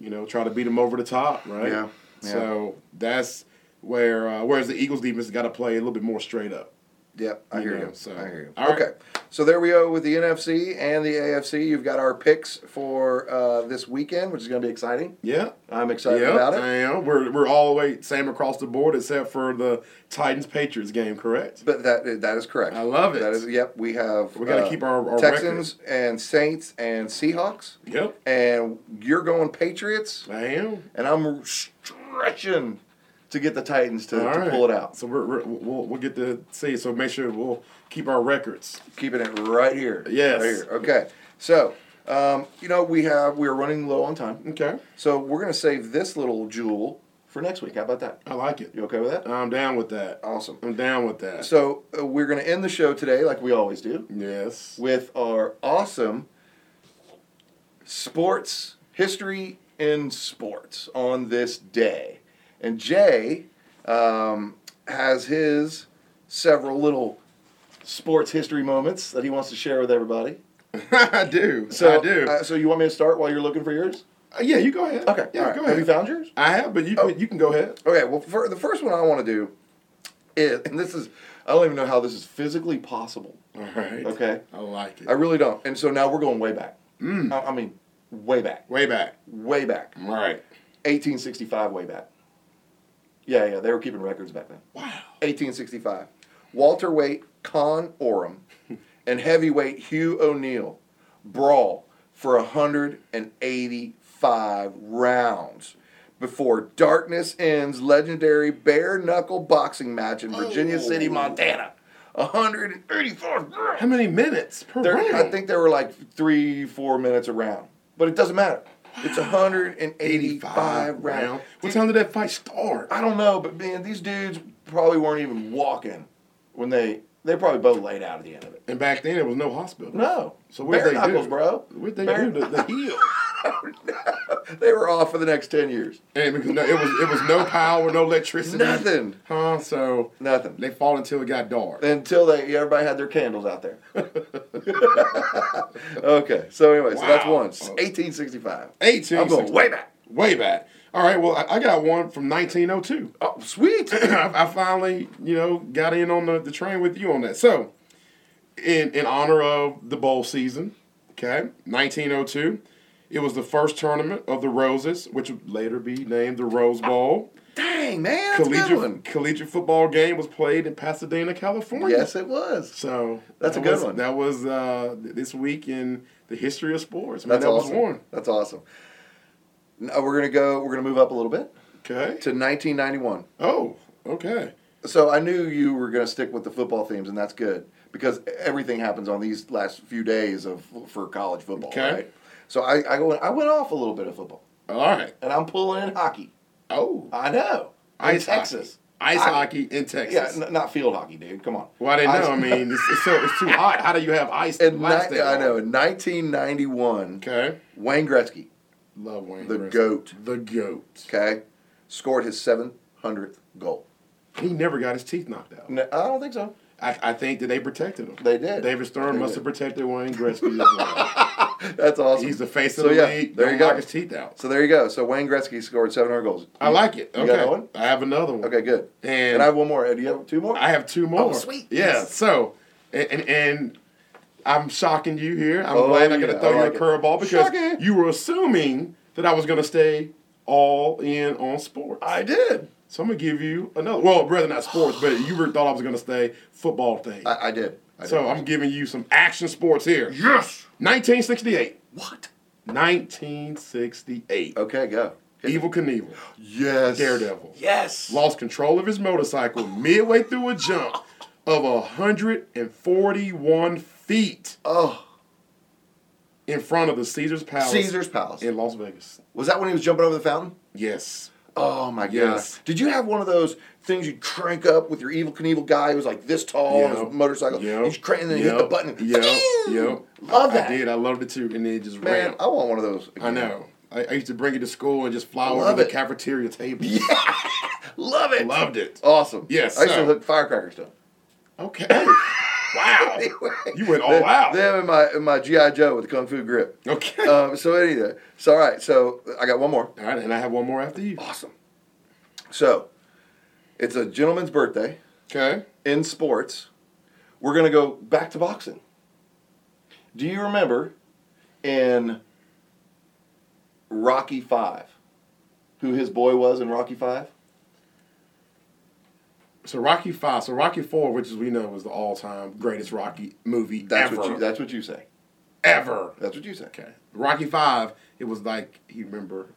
[SPEAKER 2] you know, try to beat him over the top, right?
[SPEAKER 1] Yeah, yeah.
[SPEAKER 2] So that's where uh, whereas the Eagles defense got to play a little bit more straight up.
[SPEAKER 1] Yep, I
[SPEAKER 2] You
[SPEAKER 1] hear
[SPEAKER 2] know,
[SPEAKER 1] you.
[SPEAKER 2] so-
[SPEAKER 1] I hear you.
[SPEAKER 2] All right.
[SPEAKER 1] okay, so there we go with the NFC and the AFC. You've got our picks for uh, this weekend, which is going to be exciting.
[SPEAKER 2] Yeah.
[SPEAKER 1] I'm excited
[SPEAKER 2] Yeah,
[SPEAKER 1] about it.
[SPEAKER 2] I am. We're we're all the way same across the board except for the Titans Patriots game, correct?
[SPEAKER 1] But that that is correct.
[SPEAKER 2] I love it.
[SPEAKER 1] That is yep. We have uh,
[SPEAKER 2] We gotta keep our- our
[SPEAKER 1] Texans and Saints and Seahawks,
[SPEAKER 2] Yep,
[SPEAKER 1] and you're going Patriots,
[SPEAKER 2] I am.
[SPEAKER 1] and I'm stretching to get the Titans to,
[SPEAKER 2] All
[SPEAKER 1] to
[SPEAKER 2] right.
[SPEAKER 1] pull it out.
[SPEAKER 2] So we're, we're we'll we'll get to see. So make sure we'll keep our records.
[SPEAKER 1] keeping it right here.
[SPEAKER 2] Yes.
[SPEAKER 1] Right here. Okay. So, um, you know, we have we are running low on time,
[SPEAKER 2] Okay,
[SPEAKER 1] so we're gonna save this little jewel for next week. How about that?
[SPEAKER 2] I like it.
[SPEAKER 1] You okay with that?
[SPEAKER 2] I'm down with that.
[SPEAKER 1] Awesome.
[SPEAKER 2] I'm down with that.
[SPEAKER 1] So uh, we're gonna end the show today, like we always do,
[SPEAKER 2] yes.
[SPEAKER 1] with our awesome sports history in sports on this day, and Jay um, has his several little sports history moments that he wants to share with everybody.
[SPEAKER 2] I do.
[SPEAKER 1] So
[SPEAKER 2] I do.
[SPEAKER 1] uh, so you want me to start while you're looking for yours?
[SPEAKER 2] Uh, yeah, you go ahead.
[SPEAKER 1] Okay. Oh.
[SPEAKER 2] Yeah,
[SPEAKER 1] all right.
[SPEAKER 2] go
[SPEAKER 1] Have
[SPEAKER 2] ahead.
[SPEAKER 1] you found yours?
[SPEAKER 2] I have, but you can, you can go ahead.
[SPEAKER 1] Okay, well, for the first one I want to do is, and this is, I don't even know how this is physically possible.
[SPEAKER 2] All right.
[SPEAKER 1] Okay,
[SPEAKER 2] I like it.
[SPEAKER 1] I really don't. And so now we're going way back. I, I mean, way back,
[SPEAKER 2] Way back.
[SPEAKER 1] way back,
[SPEAKER 2] All right.
[SPEAKER 1] 1865, way back. Yeah, yeah, they were keeping records back then.
[SPEAKER 2] Wow.
[SPEAKER 1] 1865. Welterweight Con Oram and heavyweight Hugh O'Neill brawl for 185 rounds before Darkness Ends legendary bare knuckle boxing match in Virginia City, Montana. 185 rounds.
[SPEAKER 2] How many minutes per
[SPEAKER 1] There-
[SPEAKER 2] round?
[SPEAKER 1] I think there were like three, four minutes around, but it doesn't matter. It's 185 rounds.
[SPEAKER 2] What time did that fight start?
[SPEAKER 1] I don't know, but man, these dudes probably weren't even walking when they they probably both laid out at the end of it.
[SPEAKER 2] And back then, there was no hospital.
[SPEAKER 1] No,
[SPEAKER 2] So what did
[SPEAKER 1] bare
[SPEAKER 2] they
[SPEAKER 1] knuckles,
[SPEAKER 2] do?
[SPEAKER 1] bro.
[SPEAKER 2] What they
[SPEAKER 1] Bare
[SPEAKER 2] do to the heel?
[SPEAKER 1] They were off for the next ten years.
[SPEAKER 2] And because no, it was it was no power, no electricity,
[SPEAKER 1] Nothing.
[SPEAKER 2] Huh? So
[SPEAKER 1] Nothing.
[SPEAKER 2] they fought until it got dark.
[SPEAKER 1] until they everybody had their candles out there. okay, so anyway, so that's
[SPEAKER 2] Wow.
[SPEAKER 1] one. 1865.
[SPEAKER 2] 18.
[SPEAKER 1] I'm going way back.
[SPEAKER 2] Way back. All right. Well, I, I got one from 1902.
[SPEAKER 1] Oh, sweet.
[SPEAKER 2] I, I finally, you know, got in on the, the train with you on that. So, in in honor of the bowl season, okay, 1902, it was the first tournament of the Roses, which would later be named the Rose Bowl.
[SPEAKER 1] Dang man, that's a good one.
[SPEAKER 2] Collegiate collegiate football game was played in Pasadena, California.
[SPEAKER 1] Yes, it was.
[SPEAKER 2] So
[SPEAKER 1] That's
[SPEAKER 2] that
[SPEAKER 1] a good
[SPEAKER 2] was-
[SPEAKER 1] one.
[SPEAKER 2] That was uh, th- this week in the history of sports. Man,
[SPEAKER 1] That's
[SPEAKER 2] that
[SPEAKER 1] awesome.
[SPEAKER 2] was one.
[SPEAKER 1] That's awesome. Now we're gonna go. We're gonna move up a little bit
[SPEAKER 2] Okay.
[SPEAKER 1] to 1991.
[SPEAKER 2] Oh, okay.
[SPEAKER 1] So I knew you were going to stick with the football themes, and that's good because everything happens on these last few days of for college football,
[SPEAKER 2] Okay.
[SPEAKER 1] right? So I I went, I went off a little bit of football,
[SPEAKER 2] All right.
[SPEAKER 1] and I'm pulling in hockey.
[SPEAKER 2] Oh,
[SPEAKER 1] I know. In
[SPEAKER 2] ice
[SPEAKER 1] Texas.
[SPEAKER 2] Hockey. Ice
[SPEAKER 1] I-
[SPEAKER 2] hockey in Texas.
[SPEAKER 1] Yeah, n- not field hockey, dude. Come on.
[SPEAKER 2] Well, I didn't
[SPEAKER 1] Ice-
[SPEAKER 2] know. I mean, it's, it's, so, it's too hot. How do you have ice
[SPEAKER 1] In ni-
[SPEAKER 2] last that
[SPEAKER 1] I know.
[SPEAKER 2] long?
[SPEAKER 1] In 1991,
[SPEAKER 2] Okay.
[SPEAKER 1] Wayne Gretzky,
[SPEAKER 2] Love Wayne.
[SPEAKER 1] The
[SPEAKER 2] Gretzky.
[SPEAKER 1] goat.
[SPEAKER 2] The goat.
[SPEAKER 1] okay, scored his 700th goal.
[SPEAKER 2] He never got his teeth knocked out.
[SPEAKER 1] No, I don't think so.
[SPEAKER 2] I, I think that they protected him.
[SPEAKER 1] They did.
[SPEAKER 2] David Stern
[SPEAKER 1] They
[SPEAKER 2] must
[SPEAKER 1] did.
[SPEAKER 2] have protected Wayne Gretzky as well.
[SPEAKER 1] That's awesome.
[SPEAKER 2] He's the face
[SPEAKER 1] So,
[SPEAKER 2] of the
[SPEAKER 1] yeah,
[SPEAKER 2] league.
[SPEAKER 1] there
[SPEAKER 2] Don't
[SPEAKER 1] you go.
[SPEAKER 2] knock his teeth out.
[SPEAKER 1] so there you go. So Wayne Gretzky scored 700 goals.
[SPEAKER 2] I like it.
[SPEAKER 1] You
[SPEAKER 2] Okay.
[SPEAKER 1] got another one?
[SPEAKER 2] I have another one.
[SPEAKER 1] Okay, good.
[SPEAKER 2] And-
[SPEAKER 1] and I have one more. Do you have two more?
[SPEAKER 2] I have two more.
[SPEAKER 1] sweet.
[SPEAKER 2] Yeah.
[SPEAKER 1] Yes.
[SPEAKER 2] So, and, and and I'm shocking you here. I'm
[SPEAKER 1] Oh,
[SPEAKER 2] glad I got
[SPEAKER 1] yeah,
[SPEAKER 2] to throw
[SPEAKER 1] I like
[SPEAKER 2] you
[SPEAKER 1] it.
[SPEAKER 2] a curveball because
[SPEAKER 1] Shocking.
[SPEAKER 2] you were assuming that I was going to stay all in on sports.
[SPEAKER 1] I did.
[SPEAKER 2] So I'm gonna give you another. Well, rather not sports, but you were thought I was gonna stay football thing.
[SPEAKER 1] I, I did. I
[SPEAKER 2] so I'm giving you some action sports here. Yes. 1968.
[SPEAKER 1] did. What?
[SPEAKER 2] 1968.
[SPEAKER 1] Okay, go.
[SPEAKER 2] Evil Knievel,
[SPEAKER 1] Yes.
[SPEAKER 2] Daredevil,
[SPEAKER 1] Yes.
[SPEAKER 2] lost control of his motorcycle midway through a jump of 141 feet
[SPEAKER 1] Oh,
[SPEAKER 2] in front of the Caesar's Palace
[SPEAKER 1] Caesar's Palace.
[SPEAKER 2] in Las Vegas.
[SPEAKER 1] Was that when he was jumping over the fountain?
[SPEAKER 2] Yes.
[SPEAKER 1] Oh my gosh.
[SPEAKER 2] Yes.
[SPEAKER 1] Did you have one of those things you crank up with your evil Knievel guy who was like this tall on
[SPEAKER 2] Yep.
[SPEAKER 1] his motorcycle?
[SPEAKER 2] Yep.
[SPEAKER 1] You just crank and then hit the button.
[SPEAKER 2] Yep. Yep.
[SPEAKER 1] Phew! Love
[SPEAKER 2] I-
[SPEAKER 1] that.
[SPEAKER 2] I did. I loved it too, and then it just ran.
[SPEAKER 1] Man, I want one of those.
[SPEAKER 2] I
[SPEAKER 1] again.
[SPEAKER 2] know. I, I used to bring it to school and just fly
[SPEAKER 1] Love
[SPEAKER 2] over the
[SPEAKER 1] it.
[SPEAKER 2] cafeteria table.
[SPEAKER 1] Love it.
[SPEAKER 2] Loved it.
[SPEAKER 1] Awesome.
[SPEAKER 2] Yes,
[SPEAKER 1] I used to
[SPEAKER 2] so-
[SPEAKER 1] hook firecrackers to. Oh.
[SPEAKER 2] Okay. wow. You went all out.
[SPEAKER 1] Them and my and my GI Joe with the kung fu grip.
[SPEAKER 2] okay.
[SPEAKER 1] um, so anyway, so all right, so I got one more.
[SPEAKER 2] all right, and I have one more after you.
[SPEAKER 1] Awesome. So, it's a gentleman's birthday
[SPEAKER 2] Okay.
[SPEAKER 1] in sports. We're gonna go back to boxing. Do you remember in Rocky Five, who his boy was in Rocky Five?
[SPEAKER 2] So Rocky Five. So Rocky Four, which as we know was the all-time greatest Rocky movie
[SPEAKER 1] That's
[SPEAKER 2] ever.
[SPEAKER 1] what you. That's what you say.
[SPEAKER 2] ever.
[SPEAKER 1] That's what you say.
[SPEAKER 2] Okay. Rocky Five. It was like you remember,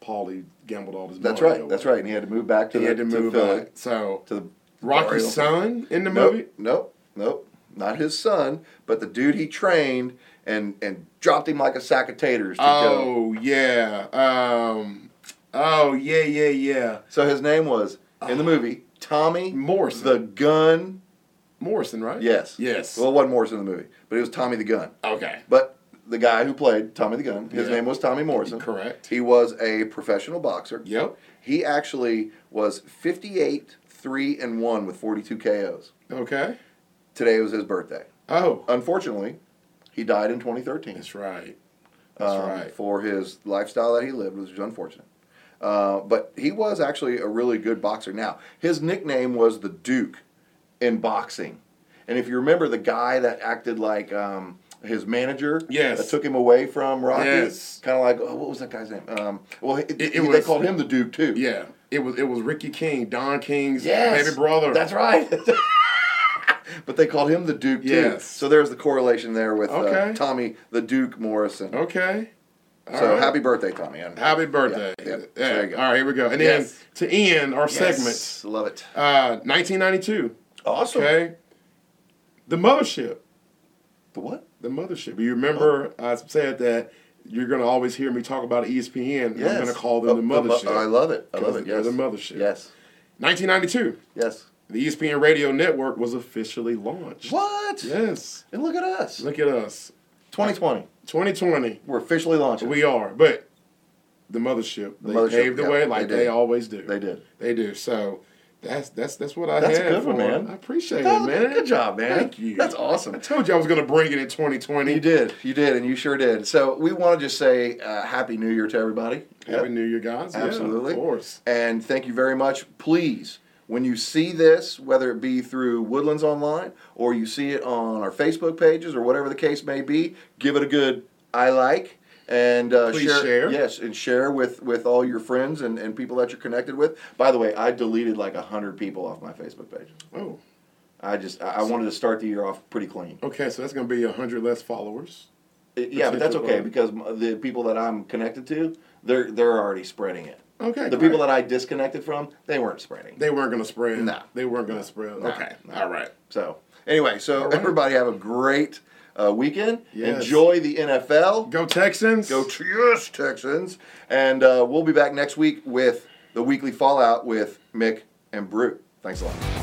[SPEAKER 2] Paulie gambled all his money.
[SPEAKER 1] That's right.
[SPEAKER 2] away.
[SPEAKER 1] That's right. And he had to move back to
[SPEAKER 2] He
[SPEAKER 1] the
[SPEAKER 2] had to move
[SPEAKER 1] Philly,
[SPEAKER 2] back. So
[SPEAKER 1] to the
[SPEAKER 2] Rocky's
[SPEAKER 1] Oriole.
[SPEAKER 2] son in the
[SPEAKER 1] Nope,
[SPEAKER 2] movie.
[SPEAKER 1] Nope, nope. Not his son, but the dude he trained and and dropped him like a sack of taters to go.
[SPEAKER 2] Oh yeah. Um. Oh yeah, yeah, yeah.
[SPEAKER 1] So his name was in
[SPEAKER 2] Ah.
[SPEAKER 1] the movie Tommy
[SPEAKER 2] Morrison.
[SPEAKER 1] the Gun.
[SPEAKER 2] Morrison, right?
[SPEAKER 1] Yes.
[SPEAKER 2] Yes.
[SPEAKER 1] Well, it wasn't Morrison in the movie, but it was Tommy the Gun.
[SPEAKER 2] okay.
[SPEAKER 1] But the guy who played Tommy the Gun, his
[SPEAKER 2] Yeah.
[SPEAKER 1] name was Tommy Morrison.
[SPEAKER 2] Correct.
[SPEAKER 1] He was a professional boxer.
[SPEAKER 2] Yep.
[SPEAKER 1] He actually was 58 3 and 1 with 42 KOs.
[SPEAKER 2] Okay.
[SPEAKER 1] Today was his birthday.
[SPEAKER 2] Oh.
[SPEAKER 1] Unfortunately, He died in 2013
[SPEAKER 2] That's right. That's
[SPEAKER 1] um,
[SPEAKER 2] right.
[SPEAKER 1] for his lifestyle that he lived, which was unfortunate. Uh, but he was actually a really good boxer. Now, his nickname was the Duke in boxing. And if you remember the guy that acted like um, his manager
[SPEAKER 2] Yes.
[SPEAKER 1] that took him away from Rocky,
[SPEAKER 2] Yes.
[SPEAKER 1] kind of like, oh, what was that guy's name? Um, well, it,
[SPEAKER 2] it
[SPEAKER 1] they
[SPEAKER 2] was-
[SPEAKER 1] called him the Duke, too.
[SPEAKER 2] Yeah, it was it was Ricky King, Don King's
[SPEAKER 1] Yes.
[SPEAKER 2] baby brother.
[SPEAKER 1] That's right. but they called him the Duke, too.
[SPEAKER 2] Yes.
[SPEAKER 1] So there's the correlation there with
[SPEAKER 2] Okay.
[SPEAKER 1] uh, Tommy the Duke Morrison.
[SPEAKER 2] okay. All
[SPEAKER 1] So
[SPEAKER 2] right.
[SPEAKER 1] happy birthday, Tommy. And- uh,
[SPEAKER 2] happy birthday.
[SPEAKER 1] Yeah, yeah.
[SPEAKER 2] Yeah.
[SPEAKER 1] There you go.
[SPEAKER 2] All right, here we go. And
[SPEAKER 1] Yes.
[SPEAKER 2] then to end our segment,
[SPEAKER 1] Yes, Love it.
[SPEAKER 2] uh, 1992.
[SPEAKER 1] Awesome.
[SPEAKER 2] Okay, the mothership.
[SPEAKER 1] The what?
[SPEAKER 2] the mothership. You remember
[SPEAKER 1] Oh.
[SPEAKER 2] I said that you're gonna always hear me talk about E ESPN. and I'm gonna call them
[SPEAKER 1] Oh,
[SPEAKER 2] the
[SPEAKER 1] mo-
[SPEAKER 2] mothership.
[SPEAKER 1] I love it. I love
[SPEAKER 2] Because
[SPEAKER 1] it.
[SPEAKER 2] they're
[SPEAKER 1] Yes.
[SPEAKER 2] the mothership.
[SPEAKER 1] Yes.
[SPEAKER 2] 1992,
[SPEAKER 1] Yes.
[SPEAKER 2] the E ESPN radio network was officially launched.
[SPEAKER 1] What?
[SPEAKER 2] Yes.
[SPEAKER 1] And look at us.
[SPEAKER 2] Look at us,
[SPEAKER 1] 2020.
[SPEAKER 2] 2020.
[SPEAKER 1] We're officially launching.
[SPEAKER 2] We are, but the mothership.
[SPEAKER 1] The
[SPEAKER 2] they
[SPEAKER 1] mothership,
[SPEAKER 2] paved the
[SPEAKER 1] yeah,
[SPEAKER 2] way
[SPEAKER 1] they
[SPEAKER 2] like
[SPEAKER 1] did.
[SPEAKER 2] they, always do.
[SPEAKER 1] They did.
[SPEAKER 2] They do. So. That's that's that's what I
[SPEAKER 1] That's a
[SPEAKER 2] had.
[SPEAKER 1] good one,
[SPEAKER 2] for-
[SPEAKER 1] man.
[SPEAKER 2] I appreciate
[SPEAKER 1] That
[SPEAKER 2] it,
[SPEAKER 1] was-
[SPEAKER 2] man.
[SPEAKER 1] Good job, man.
[SPEAKER 2] Thank you.
[SPEAKER 1] That's
[SPEAKER 2] I
[SPEAKER 1] awesome.
[SPEAKER 2] told you I was gonna bring it in 2020.
[SPEAKER 1] You did. You did, and you sure did. So we want to just say uh, Happy New Year to everybody.
[SPEAKER 2] Happy New Year, guys. Yeah,
[SPEAKER 1] Absolutely.
[SPEAKER 2] of course.
[SPEAKER 1] And thank you very much. Please, when you see this, whether it be through Woodlands Online or you see it on our Facebook pages or whatever the case may be, give it a good I like. And uh,
[SPEAKER 2] Please share.
[SPEAKER 1] Yes, and share with, with all your friends and, and people that you're connected with. By the way, I deleted like 100 people off my Facebook page.
[SPEAKER 2] Oh,
[SPEAKER 1] I just, I, I wanted to start the year off pretty clean. Uh,
[SPEAKER 2] okay. So that's gonna be hundred less followers.
[SPEAKER 1] Yeah, but that's
[SPEAKER 2] Potential
[SPEAKER 1] okay
[SPEAKER 2] problem.
[SPEAKER 1] because m- the people that I'm connected to, they're, they're already spreading it.
[SPEAKER 2] Okay.
[SPEAKER 1] The people that I disconnected from, they weren't spreading.
[SPEAKER 2] they weren't gonna spread.
[SPEAKER 1] No.
[SPEAKER 2] They weren't gonna spread.
[SPEAKER 1] No.
[SPEAKER 2] Okay. All right.
[SPEAKER 1] So anyway, so
[SPEAKER 2] All right.
[SPEAKER 1] everybody have a great uh, weekend.
[SPEAKER 2] Yes.
[SPEAKER 1] Enjoy the NFL.
[SPEAKER 2] Go Texans.
[SPEAKER 1] Go Cheers, Texans, and uh, we'll be back next week with the weekly fallout with Mick and Brew. Thanks a lot.